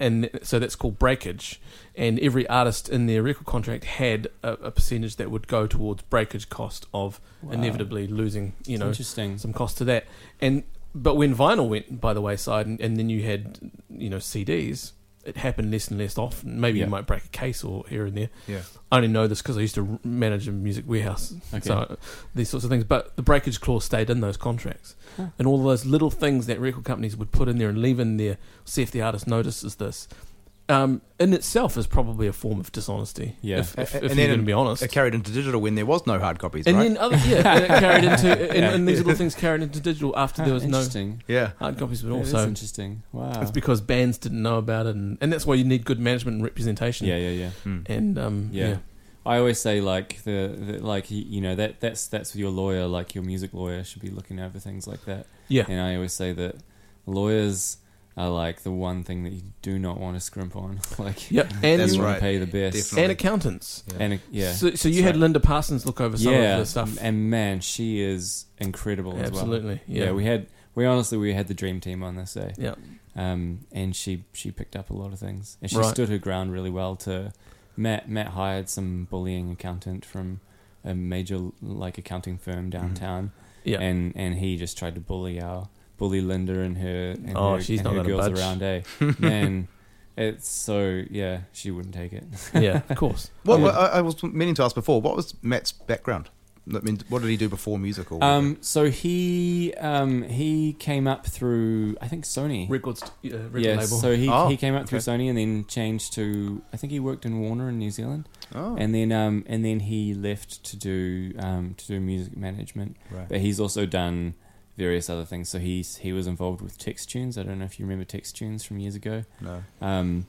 and th- so that's called breakage. And every artist in their record contract had a, a percentage that would go towards breakage cost of Wow. inevitably losing, you know, Interesting. some cost to that. And but when vinyl went by the wayside, and, and then you had you know CDs, it happened less and less often. Maybe Yeah. you might break a case or here and there. Yeah. I only know this because I used to r- manage a music warehouse, Okay. so these sorts of things. But the breakage clause stayed in those contracts, Huh. and all those little things that record companies would put in there and leave in there. See if the artist notices this. Um, in itself is probably a form of dishonesty. Yeah. if, if, A- a- if and you're then going to be honest. It carried into digital when there was no hard copies, and right? then other yeah, and it carried into and, Yeah. and these little things carried into digital after Huh, there was no Ah, interesting. yeah. hard copies, but That is also interesting. Wow. it's because bands didn't know about it, and, and that's why you need good management and representation. yeah, yeah, yeah. Hmm. and um, yeah. yeah. I always say like the, the like y- you know that that's that's your lawyer like your music lawyer should be looking over things like that. Yeah. And I always say that lawyers are like the one thing that you do not want to scrimp on. Like Yep, and That's you right. want to pay the best. Definitely. and accountants. And it- yeah. So, so That's you had right. Linda Parsons look over some yeah, of the stuff. and man, she is incredible as well. Absolutely. Yeah. Yeah. we had we honestly we had the dream team on this day. Yeah. Um, and she she picked up a lot of things, and she Right. stood her ground really well. To Matt Matt hired some bullying accountant from a major like accounting firm downtown, Mm-hmm. Yeah. and and he just tried to bully our bully Linda and her and Oh, her, she's and not her gonna girls budge. around. A man, it's so yeah, she wouldn't take it. yeah, of course. Well, Yeah. well, I, I was meaning to ask before. What was Matt's background? I mean, what did he do before musical? Um, so he um he came up through I think Sony. records, uh, record Yes, label. so he, Oh, he came up through okay. Sony and then changed to I think he worked in Warner in New Zealand oh, and then um, and then he left to do um, to do music management. Oh, right. But he's also done various other things. So he's he was involved with Text Tunes. I don't know if you remember Text Tunes from years ago. No. Um,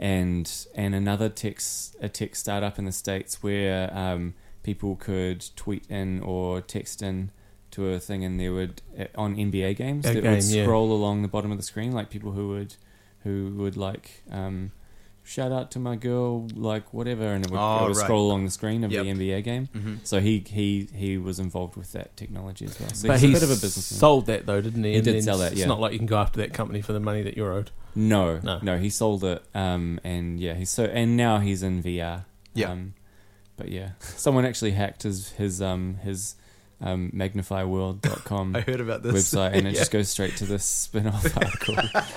and and another tech s- a tech startup in the states where um, people could tweet in or text in to a thing, and there would eh, on NBA games A that game, would yeah. scroll along the bottom of the screen like people who would who would like. Um, Shout out to my girl, like whatever, and it would, Oh, it would right. scroll along the screen of Yep. the NBA game. Mm-hmm. So he he he was involved with that technology as well. So but he's a he bit of a businessman. sold that though, didn't he? He And did then sell that, yeah. It's not like you can go after that company for the money that you're owed. No, No. no, He sold it, um, and yeah, he's so and now he's in VR. Yeah. Um, but yeah, someone actually hacked his his um his um, magnifyworld.com I heard about this. website, and it just goes straight to this spin-off article.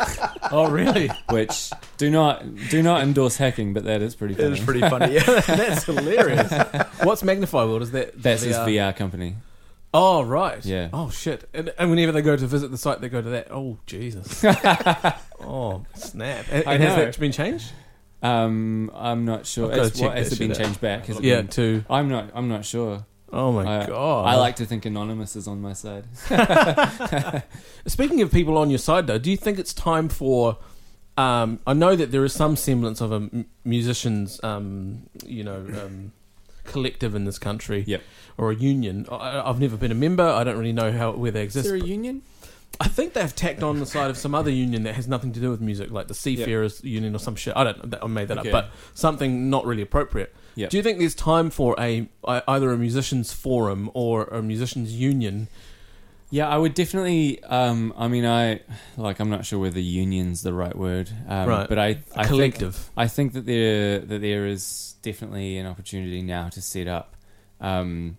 oh, really? which do not do not endorse hacking, but that is pretty It funny. was pretty funny. Yeah. That's hilarious. What's Magnify World? Is that That's his VR? VR company. Oh, right. uh, Yeah. Oh shit! And, and whenever they go to visit the site, they go to that. Oh Jesus! oh snap! And, I and has know. that been changed? Um, I'm not sure. I've gotta It's, what, check has that it been shit out. changed back? Has it Yeah. been- To I'm not. I'm not sure. oh my I- god! I like to think anonymous is on my side. Speaking of people on your side, though, do you think it's time for? Um, I know that there is some semblance of a m- musicians, um, you know, um, collective in this country, Yep. or a union. I, I've never been a member. I don't really know how where they Is exist. there a but union? I think they've tacked on the side of some other union that has nothing to do with music, like the Seafarers Union or some shit. I don't. know. I made that Okay. up, but something not really appropriate. Yep. Do you think there's time for a ei- either a musicians forum or a musicians union? Yeah, I would definitely. Um, I mean, I like. I'm not sure whether "union's" the right word, um, Right. But I, I think, collective. I think that there that there is definitely an opportunity now to set up, um,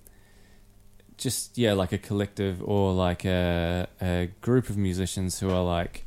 just yeah, like a collective or like a a group of musicians who are like,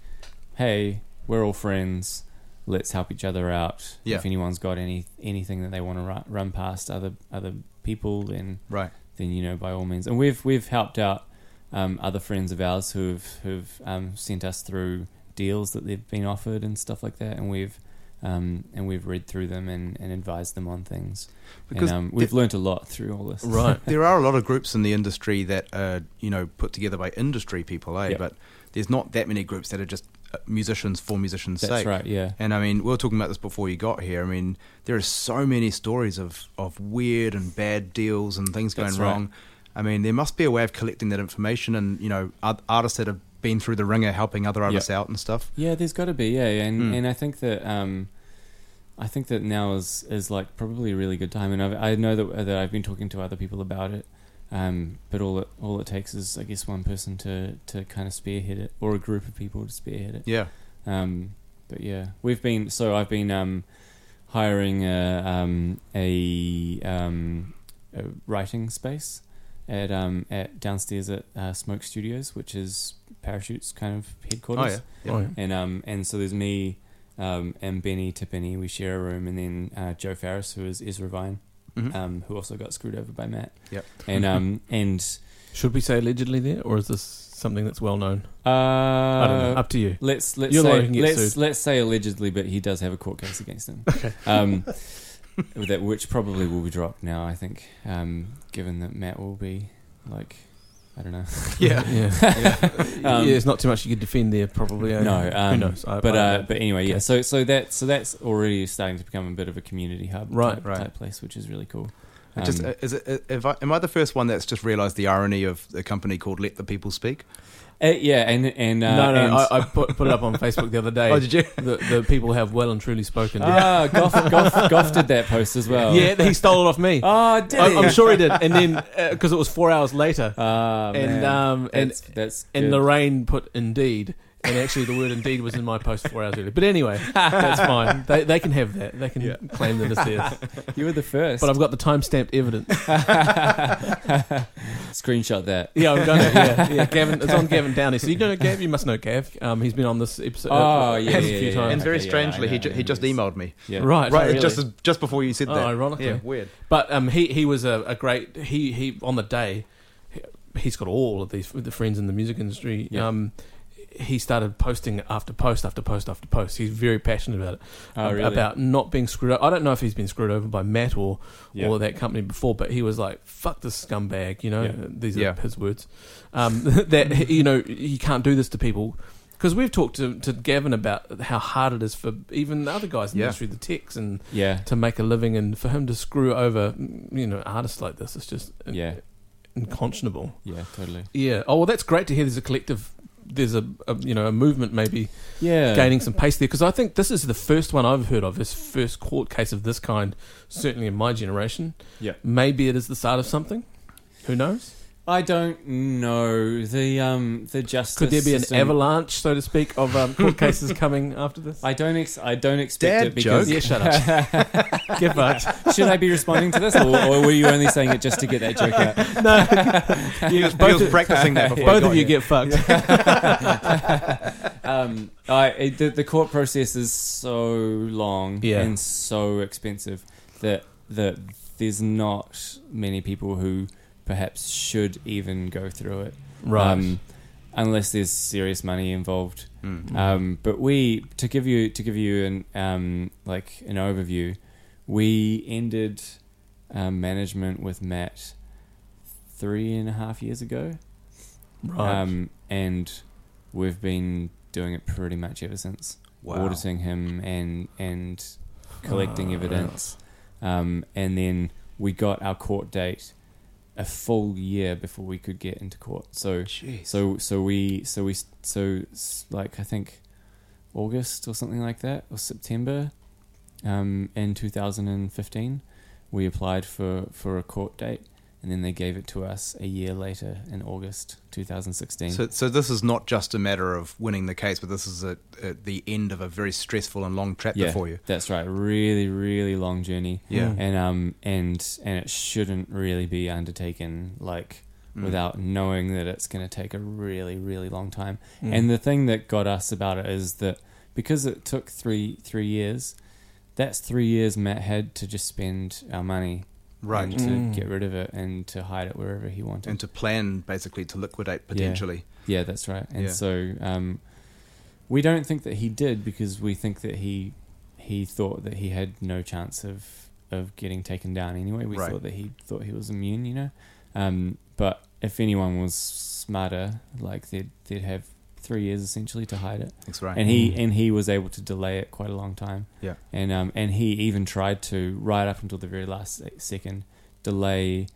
hey, we're all friends. Let's help each other out. Yeah. If anyone's got any anything that they want to run, run past other other people, then Right. then you know by all means. And we've we've helped out um, other friends of ours who've who've um, sent us through deals that they've been offered and stuff like that, and we've um, and we've read through them and, and advised them on things. Because and, um, we've the- learnt a lot through all this. Right. there are a lot of groups in the industry that are you know put together by industry people, eh? Yep. But there's not that many groups that are just uh, musicians for musicians' That's sake. right. Yeah. And I mean, we were talking about this before you got here. I mean, there are so many stories of, of weird and bad deals and things going That's right. wrong. I mean, there must be a way of collecting that information and, you know, art- artists that have been through the ringer helping other artists out and stuff. Yeah, there's got to be. Yeah, and Mm. and I think that um, I think that now is is like probably a really good time, and I've, I know that that I've been talking to other people about it. Um, but all it all it takes is I guess one person to to kind of spearhead it, or a group of people to spearhead it. Yeah. Um, but yeah, we've been so I've been um, hiring a um, a, um, a writing space at um, at downstairs at uh, Smoke Studios, which is Parachute's kind of headquarters Oh, yeah. Oh, yeah. and um and so there's me um, and Benny to Benny. We share a room, and then uh, Joe Farris, who is Ezra Vine, Mhm. um, who also got screwed over by Matt. Yep. And um and Should we say allegedly there, or is this something that's well known? uh, I don't know. Up to you. let's let's You're the one who say can get let's sued. let's say allegedly, but he does have a court case against him. Um, that which probably will be dropped now. I think, um, given that Matt will be like, I don't know. Yeah. Yeah. yeah, Um, there's not too much you could defend there, probably. eh? No, um, who knows? I, but I- uh, but anyway, yeah. Okay. So so that so that's already starting to become a bit of a community hub, Right, type, right. type place, which is really cool. I just Um, uh, is it, uh, if I, am I the first one that's just realised the irony of a company called Let the People Speak? uh, yeah, and and uh, no, no, and, I, I put, put it up on Facebook the other day. Oh, did you? the, the people have well and truly spoken. Ah, Goff, Goff, Goff did that post as well. yeah, he stole it off me. Oh, did I, he? I'm sure he did. And then because it was four hours later, Ah, man. and um, and that's, that's and good. Lorraine put indeed, and actually the word indeed was in my post four hours earlier. But anyway, that's fine. They, they can have that. They can Yeah. claim that it's theirs. you were the first. But I've got the time stamped evidence. Screenshot that. Yeah, I've done it. Yeah, yeah. Gavin, it's on Gavin Downey. So you know Gav, you must know Gav. Um, he's been on this episode. uh, Oh, yeah, a yeah, few yeah, times. And very Okay, yeah, strangely, I he, know, ju- I he know just this. emailed me. Yeah. Right, Right, really? just just before you said Oh, that. ironically. Yeah, weird. But um, he he was a, a great he he on the day he- he's got all of these the friends in the music industry. Yeah. Um, he started posting after post after post after post. He's very passionate about it Oh, ab- really? about not being screwed over. I don't know if he's been screwed over by Matt or Yeah. or that company before, but he was like, "Fuck this scumbag," you know. Yeah. These are Yeah. his words. Um, that you know you can't do this to people. Because we've talked to, to Gavin about how hard it is for even the other guys in Yeah. the industry, the techs and yeah. to make a living and for him to screw over mm, you know artists like this it's just in- Yeah. unconscionable Yeah. Totally. yeah oh well that's great to hear there's a collective there's a, a you know a movement maybe Yeah. gaining some pace there because i think this is the first one i've heard of this first court case of this kind certainly in my generation Yeah. maybe it is the start of something who knows I don't know the um the justice. could there be an system- avalanche so to speak of um, court cases coming after this I don't. Ex- I don't expect Dad it because. yeah shut up get fucked Should I be responding to this, or, or were you only saying it just to get that joke out? no He you, was, he was both, practicing that before. he both got of you here. get fucked um, I, it- the, the court process is so long Yeah. and so expensive that that there's not many people who perhaps should even go through it, right Um, unless there's serious money involved. Mm. Um, but we to give you to give you an um, like an overview, we ended um, management with Matt three and a half years ago. right Um, and we've been doing it pretty much ever since. Wow. Auditing him and and collecting Oh, evidence. Um, and then we got our court date a full year before we could get into court. So Jeez. so so we so we so s- like I think August or something like that or September um, in 2015 we applied for for a court date and then they gave it to us a year later in August 2016. So, so this is not just a matter of winning the case, but this is a, a, the end of a very stressful and long chapter Yeah. for you. That's right, really really long journey. Yeah. Mm. And um and and it shouldn't really be undertaken like Mm. without knowing that it's going to take a really really long time. Mm. And the thing that got us about it is that because it took three three years, that's three years Matt had to just spend our money right, and and, to Mm. get rid of it and to hide it wherever he wanted. to plan basically to liquidate potentially. yeah, that's right. And Yeah. so um, we don't think that he did because we think that he he thought that he had no chance of of getting taken down anyway. We Right. thought that he thought he was immune, you know. Um, but if anyone was smarter, like they'd they'd have three years essentially to hide it. That's right. and he Mm. and he was able to delay it quite a long time. Yeah. and um and he even tried to right up until the very last se- second delay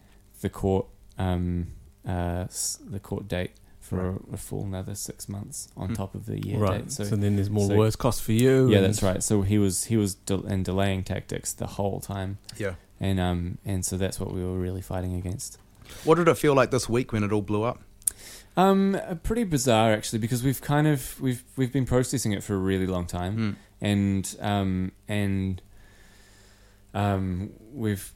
the court um uh s- the court date for a, a full another six months on Hmm. top of the year right. date. So, So, then there's more so- worse cost for you. yeah, and- that's right. So he was he was del in delaying tactics the whole time, yeah. and um and so that's what we were really fighting against. What did it feel like this week when it all blew up? Um, uh, pretty bizarre actually, because we've kind of we've we've been processing it for a really long time, Hmm. and um and um we've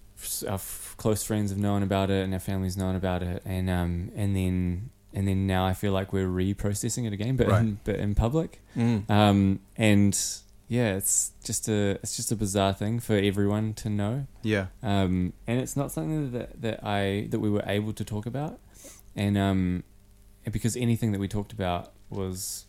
our f- close friends have known about it, and our families known about it, and um and then and then now I feel like we're reprocessing it again, but Right. in, but in public, Mm. um and yeah, it's just a it's just a bizarre thing for everyone to know, Yeah. um, and it's not something that that I that we were able to talk about, and um, because anything that we talked about was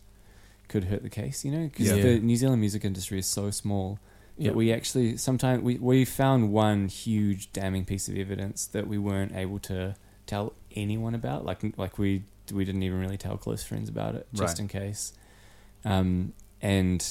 could hurt the case, you know, because Yeah. the New Zealand music industry is so small Yeah. that we actually sometimes we we found one huge damning piece of evidence that we weren't able to tell anyone about, like like we we didn't even really tell close friends about it, Right. just in case, um, and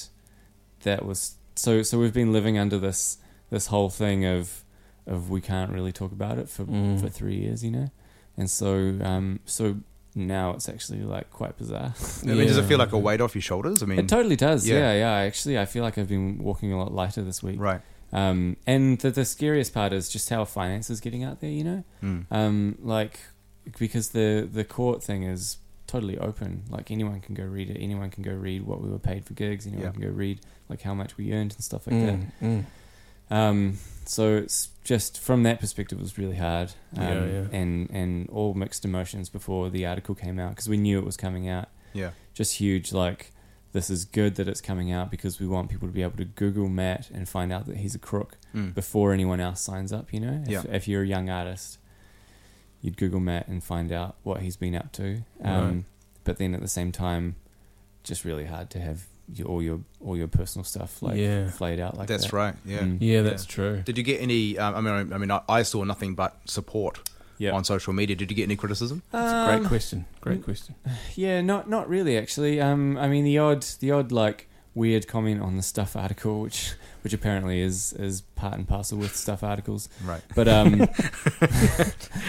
that was so so we've been living under this this whole thing of of we can't really talk about it for Mm. for three years, you know, and so um, so now it's actually like quite bizarre. I mean, does it Yeah. feel like a weight off your shoulders? I mean, it totally does. yeah. Yeah. yeah, Actually, I feel like I've been walking a lot lighter this week. right. Um, and the, the scariest part is just how finance is getting out there. You know, Mm. um, like because the the court thing is totally open. Like anyone can go read it. Anyone can go read what we were paid for gigs. Anyone Yeah. can go read like how much we earned and stuff like that. Mm, mm. Um, so it's just from that perspective, it was really hard. Um, Yeah, yeah. And and all mixed emotions before the article came out because we knew it was coming out. Yeah. Just huge like this is good that it's coming out because we want people to be able to Google Matt and find out that he's a crook Mm. before anyone else signs up. You know, if, Yeah. if you're a young artist, you'd Google Matt and find out what he's been up to. Um, Right. But then at the same time, just really hard to have your, all your all your personal stuff like Yeah. flayed out like That's that. right. Yeah. Mm. Yeah, that's true. Did you get any? Um, I mean, I mean, I- I saw nothing but support Yeah. on social media. Did you get any criticism? It's a great question. Great mm. question. Yeah, not not really actually. Um, I mean the odd the odd like weird comment on the stuff article, which which apparently is is part and parcel with stuff articles. Right. But um,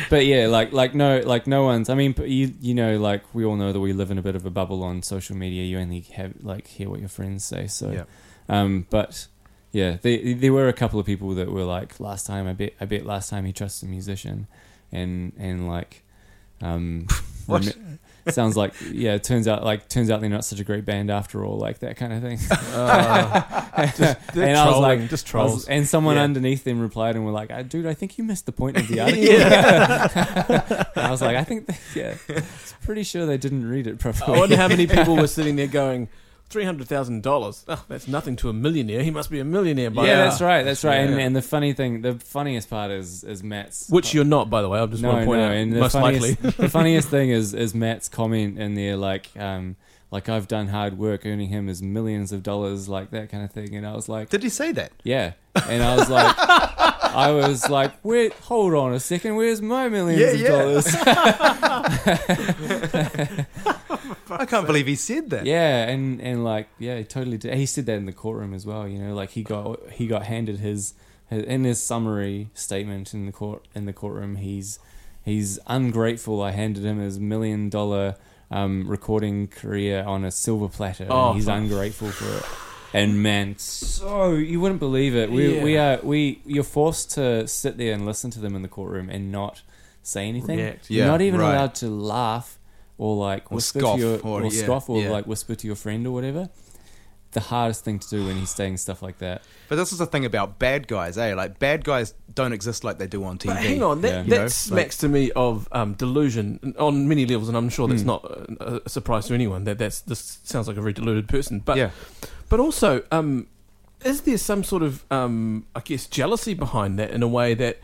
but yeah, like like no like no one's. I mean, but you you know like we all know that we live in a bit of a bubble on social media. You only have like hear what your friends say. So Yeah. um, but. Yeah, there, there were a couple of people that were like, last time I bet, I bet last time he trusts a musician, and and like, um, What? remi- sounds like yeah. It turns out like turns out they're not such a great band after all, like that kind of thing. Uh, just, And I was trolling, like- just I was- trolls. and someone Yeah. underneath them replied and were like, "Ah, "Dude, I think you missed the point of the article." And I was like, "I think, they, yeah, I was pretty sure they didn't read it properly." I wonder how many people were sitting there going, three hundred thousand dollars. Oh, that's nothing to a millionaire. He must be a millionaire by yeah, now. that's right, that's right. And, Yeah. and the funny thing, the funniest part is is Matt's Which you're not, by the way. I just want to point out. and the most likely, funniest, the funniest thing is is Matt's comment in there, like, um, like I've done hard work, earning him his millions of dollars, like that kind of thing. And I was like, Did he say that? yeah, and I was like, I was like, wait, hold on a second, where's my millions Yeah, of yeah. dollars? I can't believe he said that. yeah, and and like, yeah, he totally. Did. He said that in the courtroom as well. You know, like he got he got handed his, his in his summary statement in the court in the courtroom. He's he's ungrateful. I handed him his million dollar um, recording career on a silver platter. Oh. and he's ungrateful for it. And man, so you wouldn't believe it. We Yeah. we are we you're forced to sit there and listen to them in the courtroom and not say anything. React. You're Yeah, not even right. allowed to laugh or like Or whisper scoff to your or- or, yeah, scoff or yeah. like whisper to your friend or whatever. The hardest thing to do when he's saying stuff like that. But this is the thing about bad guys, eh? Like bad guys don't exist like they do on TV. But hang on, that, Yeah. that You know, like- smacks to me of um, delusion on many levels, and I'm sure Hmm. that's not a, a surprise to anyone. That that's this sounds like a very deluded person, but yeah, but also, um, is there some sort of um, I guess jealousy behind that in a way that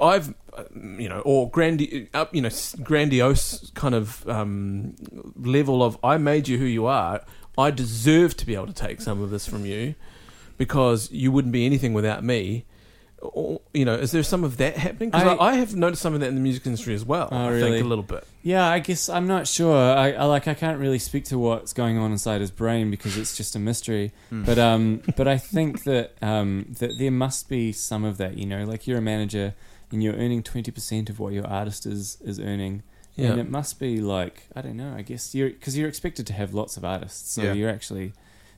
I've uh, you know or grandi- up you know s- grandiose kind of um, level of I made you who you are. I deserve to be able to take some of this from you because you wouldn't be anything without me. Or, you know, is there some of that happening? Because I, I- I have noticed some of that in the music industry as well. Oh, I really? think a little bit. Yeah, I guess I'm not sure. I, I like I can't really speak to what's going on inside his brain because it's just a mystery. But um, but I think that um, that there must be some of that. You know, like you're a manager and you're earning twenty percent of what your artist is is earning. Yeah. And it must be like I don't know. I guess you're because you're expected to have lots of artists, so Yeah. you're actually,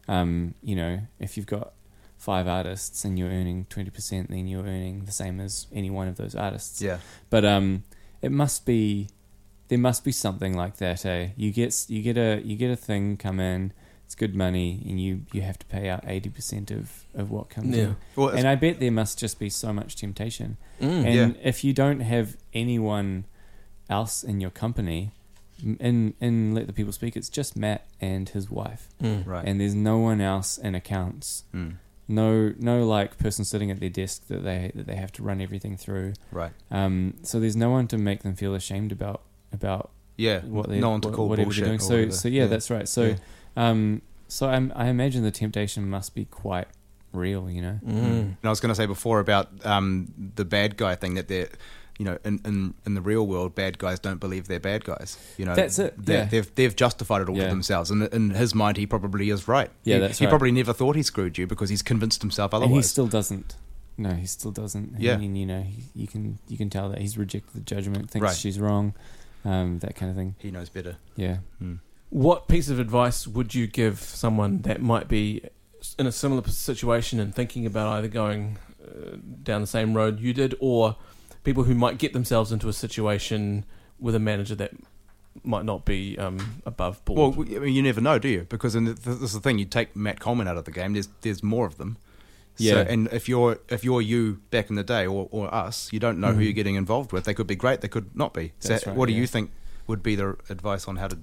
um, you know, if you've got five artists and you're earning twenty percent, then you're earning the same as any one of those artists. yeah, But um, it must be there must be something like that. Eh? You get you get a you get a thing come in. It's good money, and you you have to pay out eighty percent of of what comes Yeah. in. well, it's- And I bet there must just be so much Hmm. temptation. Mm. And if you don't have anyone else in your company in in Let the People Speak, it's just Matt and his wife, Mm. Right. and there's no one else in accounts. Mm. No, no, like person sitting at their desk that they that they have to run everything through. Right. Um, so there's no one to make them feel ashamed about about Yeah. what they no one to wh- call whatever bullshit. they're doing. or So whatever. so yeah, that's right. So Yeah. um, so I'm, I imagine the temptation must be quite real, you know. Mm. And I was going to say before about um, the bad guy thing that they're, you know, in, in, in the real world, bad guys don't believe they're bad guys. You know, That's it, They're- yeah. They've they've justified it all to Yeah. themselves, and in his mind, he probably is right. Yeah, he, that's He right. probably never thought he screwed you because he's convinced himself otherwise. And he still doesn't. No, he still doesn't. Yeah. I mean, you know, he, you can you can tell that he's rejected the judgment, thinks Right. she's wrong, um, that kind of thing. he knows better. Yeah. What piece of advice would you give someone that might be in a similar situation and thinking about either going uh, down the same road you did, or people who might get themselves into a situation with a manager that might not be um, above board? Well, w- I mean, you never know, do you? Because in the, this is the thing: you take Matt Coleman out of the game. There's there's more of them. So, Yeah. and if you're if you're you back in the day or, or us, you don't know who Mhm. you're getting involved with. They could be great. They could not be. So, That's right, what do yeah. you think would be the advice on how to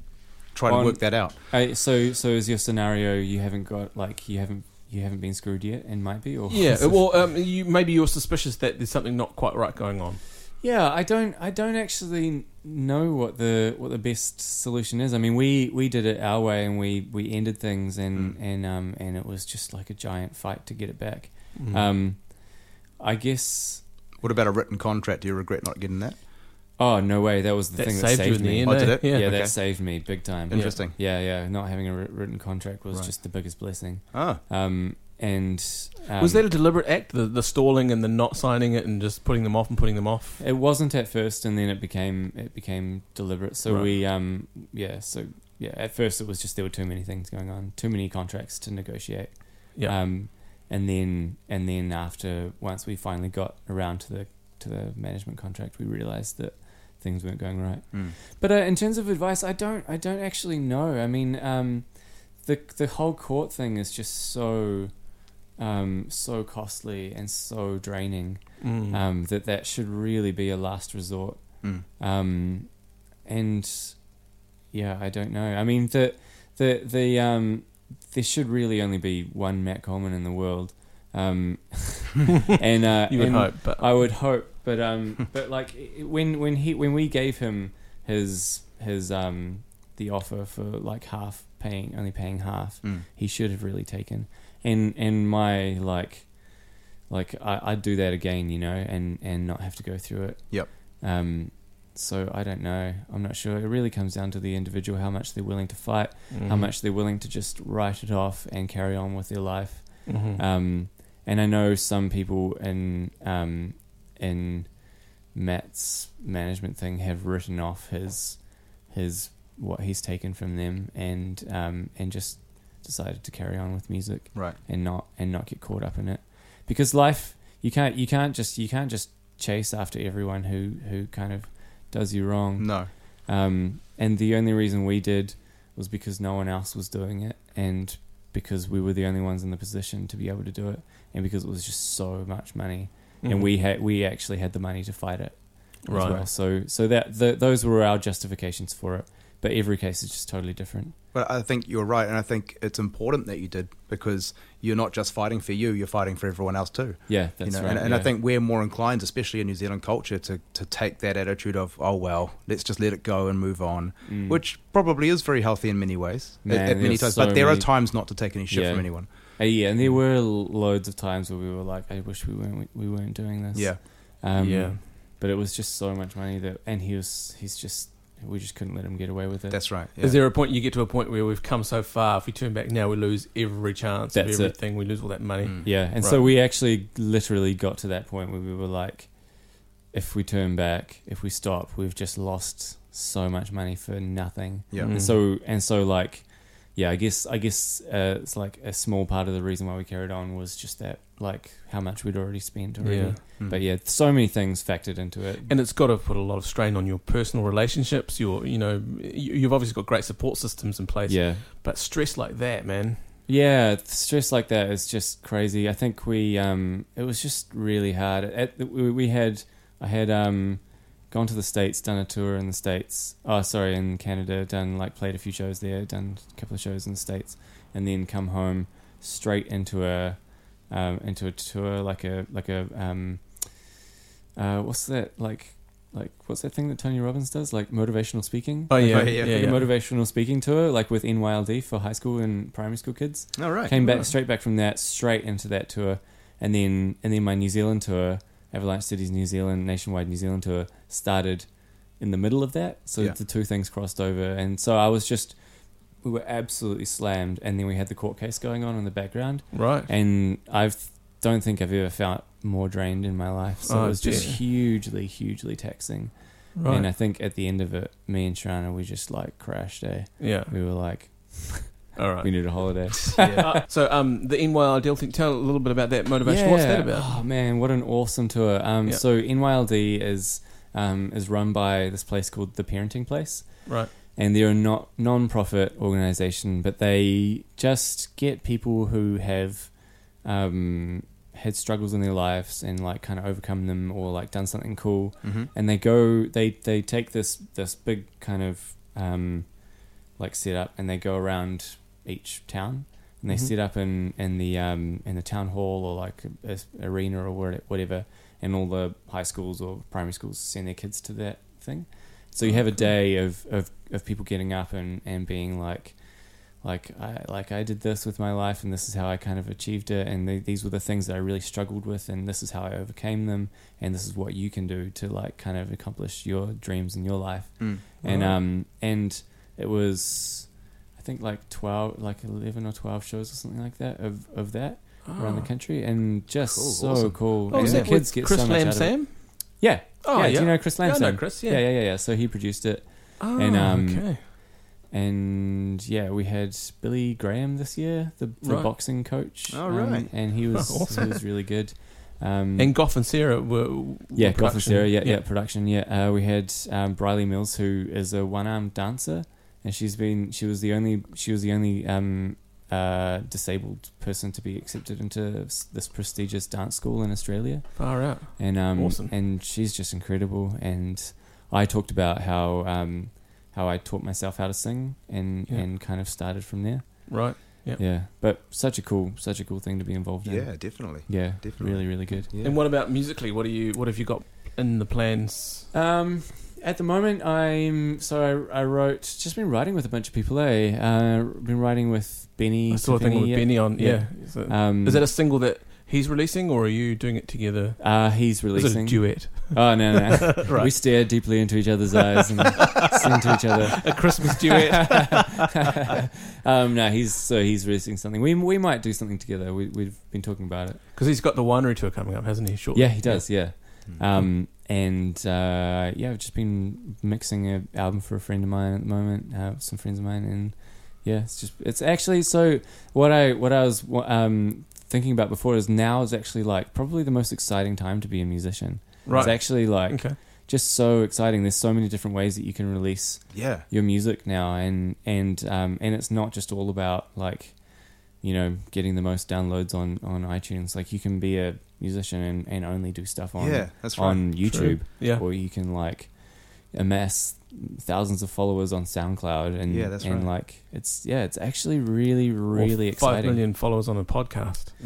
try to On- work that out? I, so so is your scenario you haven't got like you haven't you haven't been screwed yet and might be or yeah, well, um, you, maybe you're suspicious that there's something not quite right going on. Yeah, I don't I don't actually know what the what the best solution is. I mean, we we did it our way and we we ended things and Mm. and um and it was just like a giant fight to get it back. Mm. Um I guess What about a written contract? Do you regret not getting that? Oh no way! That was the that thing saved, that saved you in me. the end. Oh, did eh? it? Yeah. yeah, Okay. that saved me big time. Yeah. Interesting. Yeah, yeah. Not having a wri- written contract was Right. just the biggest blessing. Ah, Um, and um, Was that a deliberate act? The, the stalling and the not signing it and just putting them off and putting them off. It wasn't at first, and then it became it became deliberate. So Right. we, um, yeah, so yeah. At first, it was just there were too many things going on, too many contracts to negotiate. Yeah. Um, and then and then after once we finally got around to the to the management contract, we realized that things weren't going right. Mm. But uh, in terms of advice, I don't I don't actually know. I mean, um, the the whole court thing is just so um, so costly and so draining Mm. um, that that should really be a last resort. Mm. Um, and yeah, I don't know. I mean, the the the um, there should really only be one Matt Coleman in the world, um, and uh, you would and hope, but I would hope, but um, but like i- when when he when we gave him his his um the offer for like half paying only paying half, Mm. he should have really taken. And and my like, like I, I'd do that again, you know, and and not have to go through it. Yep. Um, so I don't know. I'm not sure. It really comes down to the individual, how much they're willing to fight, how Mm. much they're willing to just write it off and carry on with their life. Mhm. Um, and I know some people in um, in Matt's management thing have written off his his what he's taken from them and um, and just decided to carry on with music right. and not and not get caught up in it because life you can't you can't just you can't just chase after everyone who who kind of does you wrong No. um, and the only reason we did was because no one else was doing it, and because we were the only ones in the position to be able to do it, and because it was just so much money, Mhm. and we had we actually had the money to fight it Right. as well. So so that th those were our justifications for it. But every case is just totally different. But I think you're right, and I think it's important that you did because you're not just fighting for you; you're fighting for everyone else too. Yeah, you that's know, right. and, and I yeah. think we're more inclined, especially in New Zealand culture, to, to take that attitude of, oh, well, let's just let it go and move on, Mm. which probably is very healthy in many ways, at- Man, at, many there's times. so but there are many- times not to take any shit Yeah. from anyone. Uh, yeah, and there were loads of times where we were like, I wish we weren't we weren't doing this. Yeah. Um, Yeah. But it was just so much money that, and he was he's just we just couldn't let him get away with it. That's right. yeah. Is there a point you get to a point where we've come so far? If we turn back now, we lose every chance That's of it. everything. We lose all that money. Mm. Yeah, and Right. so we actually literally got to that point where we were like, if we turn back, if we stop, we've just lost so much money for nothing. Yeah. Mm. And so and so like, yeah, I guess I guess uh, it's like a small part of the reason why we carried on was just that like how much we'd already spent already. Yeah. Mm. But yeah, so many things factored into it. And it's got to put a lot of strain on your personal relationships. Your, you know, you, you've obviously got great support systems in place, Yeah. but stress like that, man. Yeah, stress like that is just crazy. I think we um, it was just really hard. At, we, we had I had um, gone to the states, done a tour in the states. Oh, sorry, in Canada, done like played a few shows there, done a couple of shows in the states, and then come home straight into a um, into a tour like a like a um, uh, what's that like like what's that thing that Tony Robbins does like motivational speaking. Oh yeah, Oh, yeah, yeah. yeah. Like a motivational speaking tour, like with NYLD for high school and primary school kids. All right. Came back Right. straight back from that, straight into that tour, and then and then my New Zealand tour, Avalanche Cities New Zealand, nationwide New Zealand tour started in the middle of that. So Yeah. the two things crossed over, and so I was just we were absolutely slammed, and then we had the court case going on in the background, right. and I've don't think I've ever felt more drained in my life. So Oh, it was just dear. hugely, hugely taxing. Right. And I think at the end of it, me and Sharana, we just like crashed. Eh? yeah. We were like, All right. we need a holiday. Uh, so um, the NYLD thing. Tell a little bit about that motivation. What's that about? Oh man, what an awesome tour! Um, Yeah. So NYLD is um, is run by this place called the Parenting Place, Right. and they're a not non-profit organization, but they just get people who have um, had struggles in their lives and like kind of overcome them or like done something cool, Mhm. and they go they they take this this big kind of um like setup and they go around each town and they Mhm. set up in in the um in the town hall or like a, a arena or whate- whatever and all the high schools or primary schools send their kids to that thing so you have a day of of, of people getting up and and being like like I like I did this with my life, and this is how I kind of achieved it, and the these were the things that I really struggled with, and this is how I overcame them, and this is what you can do to like kind of accomplish your dreams in your life, Mm. and Right. um and it was I think like twelve, like eleven or twelve shows or something like that of of that around the Oh. country, and just Cool, so awesome. cool. Oh, and is the that kids with get Chris so much Lam out of it. Sam? Yeah, Oh yeah, yeah. Do you know Chris Yeah, I Lam know Sam? Chris. yeah, Yeah. yeah, yeah, yeah. So he produced it Oh, And, um, okay. and yeah, we had Billy Graham this year, the, the Right. boxing coach. Oh, um, right. and he was Awesome. he was really good. Um, And Goff and Sarah were were yeah, Goff production. and Sarah, yeah, yeah, production, yeah. Uh, we had um, Briley Mills, who is a one-armed dancer, and she's been she was the only she was the only um, uh, disabled person to be accepted into s- this prestigious dance school in Australia Far out. and um, Awesome. and she's just incredible. And I talked about how um, how I taught myself how to sing and Yeah. and kind of started from there. Right. Yep. Yeah, but such a cool such a cool thing to be involved in. Yeah, definitely. yeah, Definitely. really really good. Yeah. And what about musically? What do you? What have you got in the plans? Um, at the moment, I'm so I, I wrote just been writing with a bunch of people. Eh, uh, been writing with Benny. I saw a thing with Tafini, Benny on. Yeah. Yeah. Is, it- Um, is that a single that he's releasing, or are you doing it together? uh, he's Is it releasing. a duet? Oh no, no! no. Right. We stare deeply into each other's eyes and sing to each other. A Christmas duet. um, no, he's so he's releasing something. We we might do something together. We we've been talking about it. Because he's got the winery tour coming up, hasn't he? Short. Yeah, he does. Yeah. Mm. Um, and uh, yeah, I've just been mixing an album for a friend of mine at the moment. Uh, some friends of mine, and yeah, it's just it's actually so what I what I was um thinking about before is now is actually like probably the most exciting time to be a musician. It's Right. actually like Okay. just so exciting. There's so many different ways that you can release yeah. your music now and and um and it's not just all about like you know getting the most downloads on on itunes like you can be a musician and, and only do stuff on yeah, that's right. on youtube Yeah. or you can like amass thousands of followers on soundcloud and Yeah, that's and right. like it's yeah it's actually really really Or Five exciting million followers on a podcast.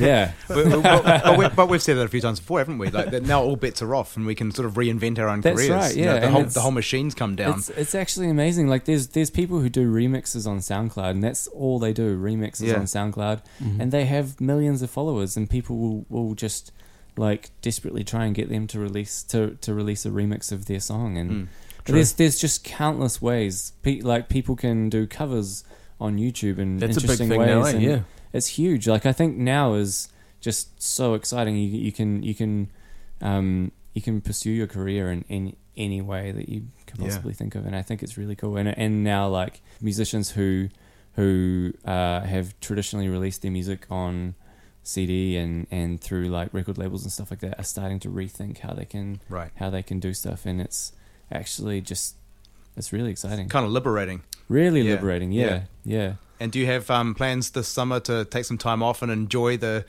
yeah but, but, but, we, but we've said that a few times before, haven't we? Like that now all bets are off, and we can sort of reinvent our own That's careers. right, You know, yeah, the and whole it's- the whole machine's come down. It's, it's actually amazing. Like there's there's people who do remixes on SoundCloud, and that's all they do remixes Yeah. on SoundCloud, Mhm. and they have millions of followers, and people will, will just like desperately try and get them to release to, to release a remix of their song, Hmm. and Mm. True. there's there's just countless ways. Pe- like people can do covers on YouTube and That's a big interesting thing ways. now, eh? and Yeah. It's huge. Like I think now is just so exciting. You you can you can um, you can pursue your career in, in any way that you can Yeah. possibly think of, and I think it's really cool. And and now like musicians who who uh, have traditionally released their music on CD and and through like record labels and stuff like that are starting to rethink how they can Right. how they can do stuff, and it's actually just it's really exciting, Kind of liberating. really Yeah. liberating. Yeah, yeah. And do you have um, plans this summer to take some time off and enjoy the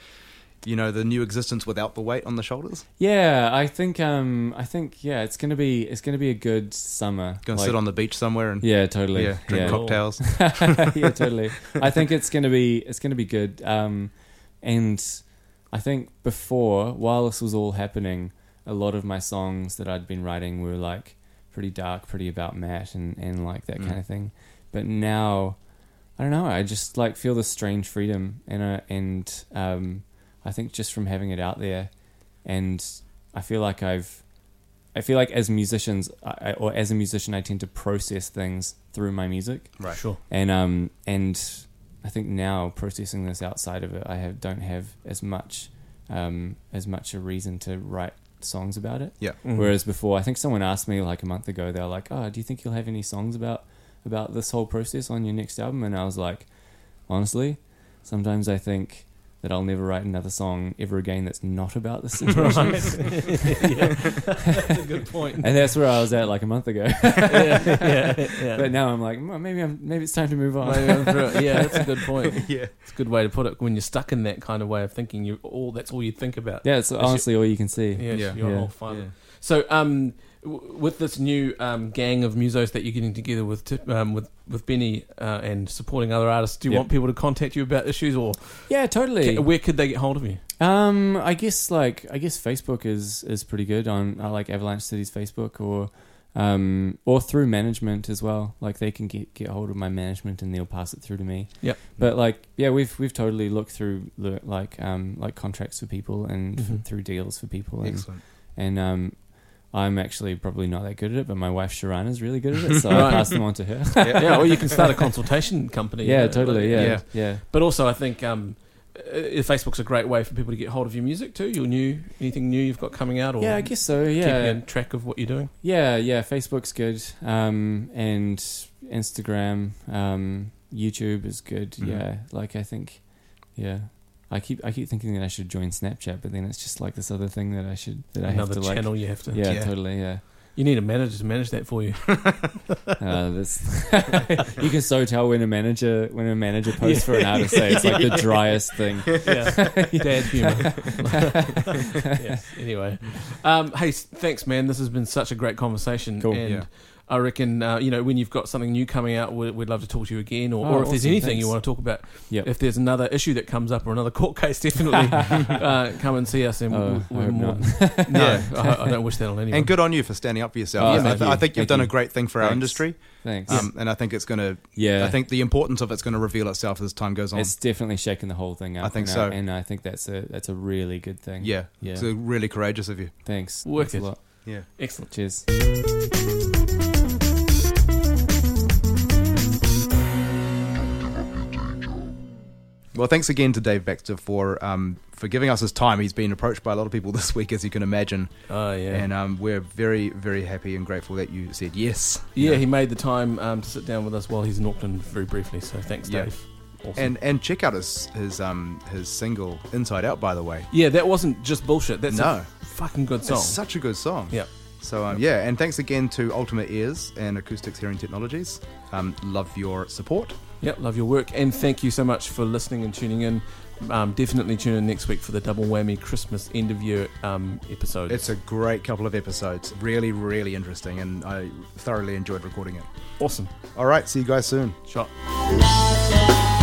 you know, the new existence without the weight on the shoulders. Yeah, I think um I think yeah, it's gonna be it's gonna be a good summer. Go and Like- sit on the beach somewhere and Yeah, totally. yeah, drink yeah. cocktails. yeah, totally. I think it's gonna be it's gonna be good. Um, and I think before, while this was all happening, a lot of my songs that I'd been writing were like pretty dark, pretty about Matt and and like that Mm. kind of thing. But now, I don't know. I just like feel this strange freedom, and I, and um, I think just from having it out there, and I feel like I've. I feel like as musicians, I, I- or as a musician, I tend to process things through my music Right. Sure. and um and I think now processing this outside of it, I have don't have as much um as much a reason to write songs about it. Mm. Whereas before, I think someone asked me like a month ago, they were like, "Oh, do you think you'll have any songs about about this whole process on your next album?" And I was like, honestly, sometimes I think. That I'll never write another song ever again that's not about this situation, yeah. That's a good point. and that's where I was at like a month ago. yeah, yeah, yeah. But now I'm like, "Mm, maybe I'm maybe it's time to move on. Maybe I'm through it. Yeah, that's a good point. yeah. It's a good way to put it. When you're stuck in that kind of way of thinking, you all that's all you think about. yeah, it's It's- honestly all you can see. Yeah, Yeah. you're Yeah. all fine. So, um, w- with this new um, gang of musos that you're getting together with, Tip- um, with with Benny uh, and supporting other artists, do you Yep. want people to contact you about issues, or Yeah, totally. ca- where could they get hold of you? Um, I guess like I guess Facebook is is pretty good on I like Avalanche City's Facebook or um or through management as well. Like they can get get hold of my management and they'll pass it through to me. Yep. But like yeah, we've we've totally looked through lo- like um like contracts for people and Mhm. through deals for people and Excellent. and um. I'm actually probably not that good at it, but my wife Sharana is really good at it, so I Right. pass them on to her. yeah, or you can start a consultation company. yeah, Uh, totally. Yeah, yeah, yeah. But also, I think um, uh, Facebook's a great way for people to get hold of your music too. Your new anything new you've got coming out, or I guess so. Yeah, keeping track of what you're doing. Yeah, yeah. Facebook's good, um, and Instagram, um, YouTube is good. Mm-hmm. Mhm. Yeah, like I think, yeah. I keep I keep thinking that I should join Snapchat, but then it's just like this other thing that I should that I Another have to channel you have to. like. Yeah, Yeah. totally. Yeah, You need a manager to manage that for you. uh, that's you can so tell when a manager when a manager posts for an artist. Say it's like the driest thing. yeah. Dad humor. yes. Anyway, um, hey, s- thanks, man. This has been such a great conversation. Cool. And Yeah. I reckon, uh, you know, when you've got something new coming out, we'd, we'd love to talk to you again. Or, Oh, or if there's awesome. anything you Thanks. want to talk about, Yep. if there's another issue that comes up or another court case, definitely uh, come and see us. And Oh, we'll- I we're hope more- not. No, Yeah. I, I don't wish that on anyone. And good on you for standing up for Oh, yourself. Yeah, I, thank th- I you. think you've Thank done you. a great thing for our Thanks. industry, Thanks. um, and I think it's going to. yeah, I think the importance of it's going to reveal itself as time goes on. it's definitely shaking the whole thing up. I think and so. and I think that's a that's a really good thing. yeah, Yeah. so really courageous of you. Thanks. Wicked. Thanks a lot. Yeah. Excellent. Cheers. Well, thanks again to Dave Baxter for um, for giving us his time. He's been approached by a lot of people this week, as you can imagine, Oh, yeah. and um, we're very, very happy and grateful that you said yes. yeah, You know, he made the time um, to sit down with us while he's in Auckland very briefly. So thanks, Yeah. Dave. Awesome. and and check out his his um his single Inside Out. By the way, yeah, that wasn't just bullshit. That's No. a fucking good song. it's such a good song. Yeah. So um, yeah, and thanks again to Ultimate Ears and Acoustics Hearing Technologies. Um, love your support. Yep, love your work, and thank you so much for listening and tuning in. Um, definitely tune in next week for the double whammy Christmas end of year um, episode. It's a great couple of episodes. Really, really interesting, and I thoroughly enjoyed recording it. awesome. All right, see you guys soon. Shot. La la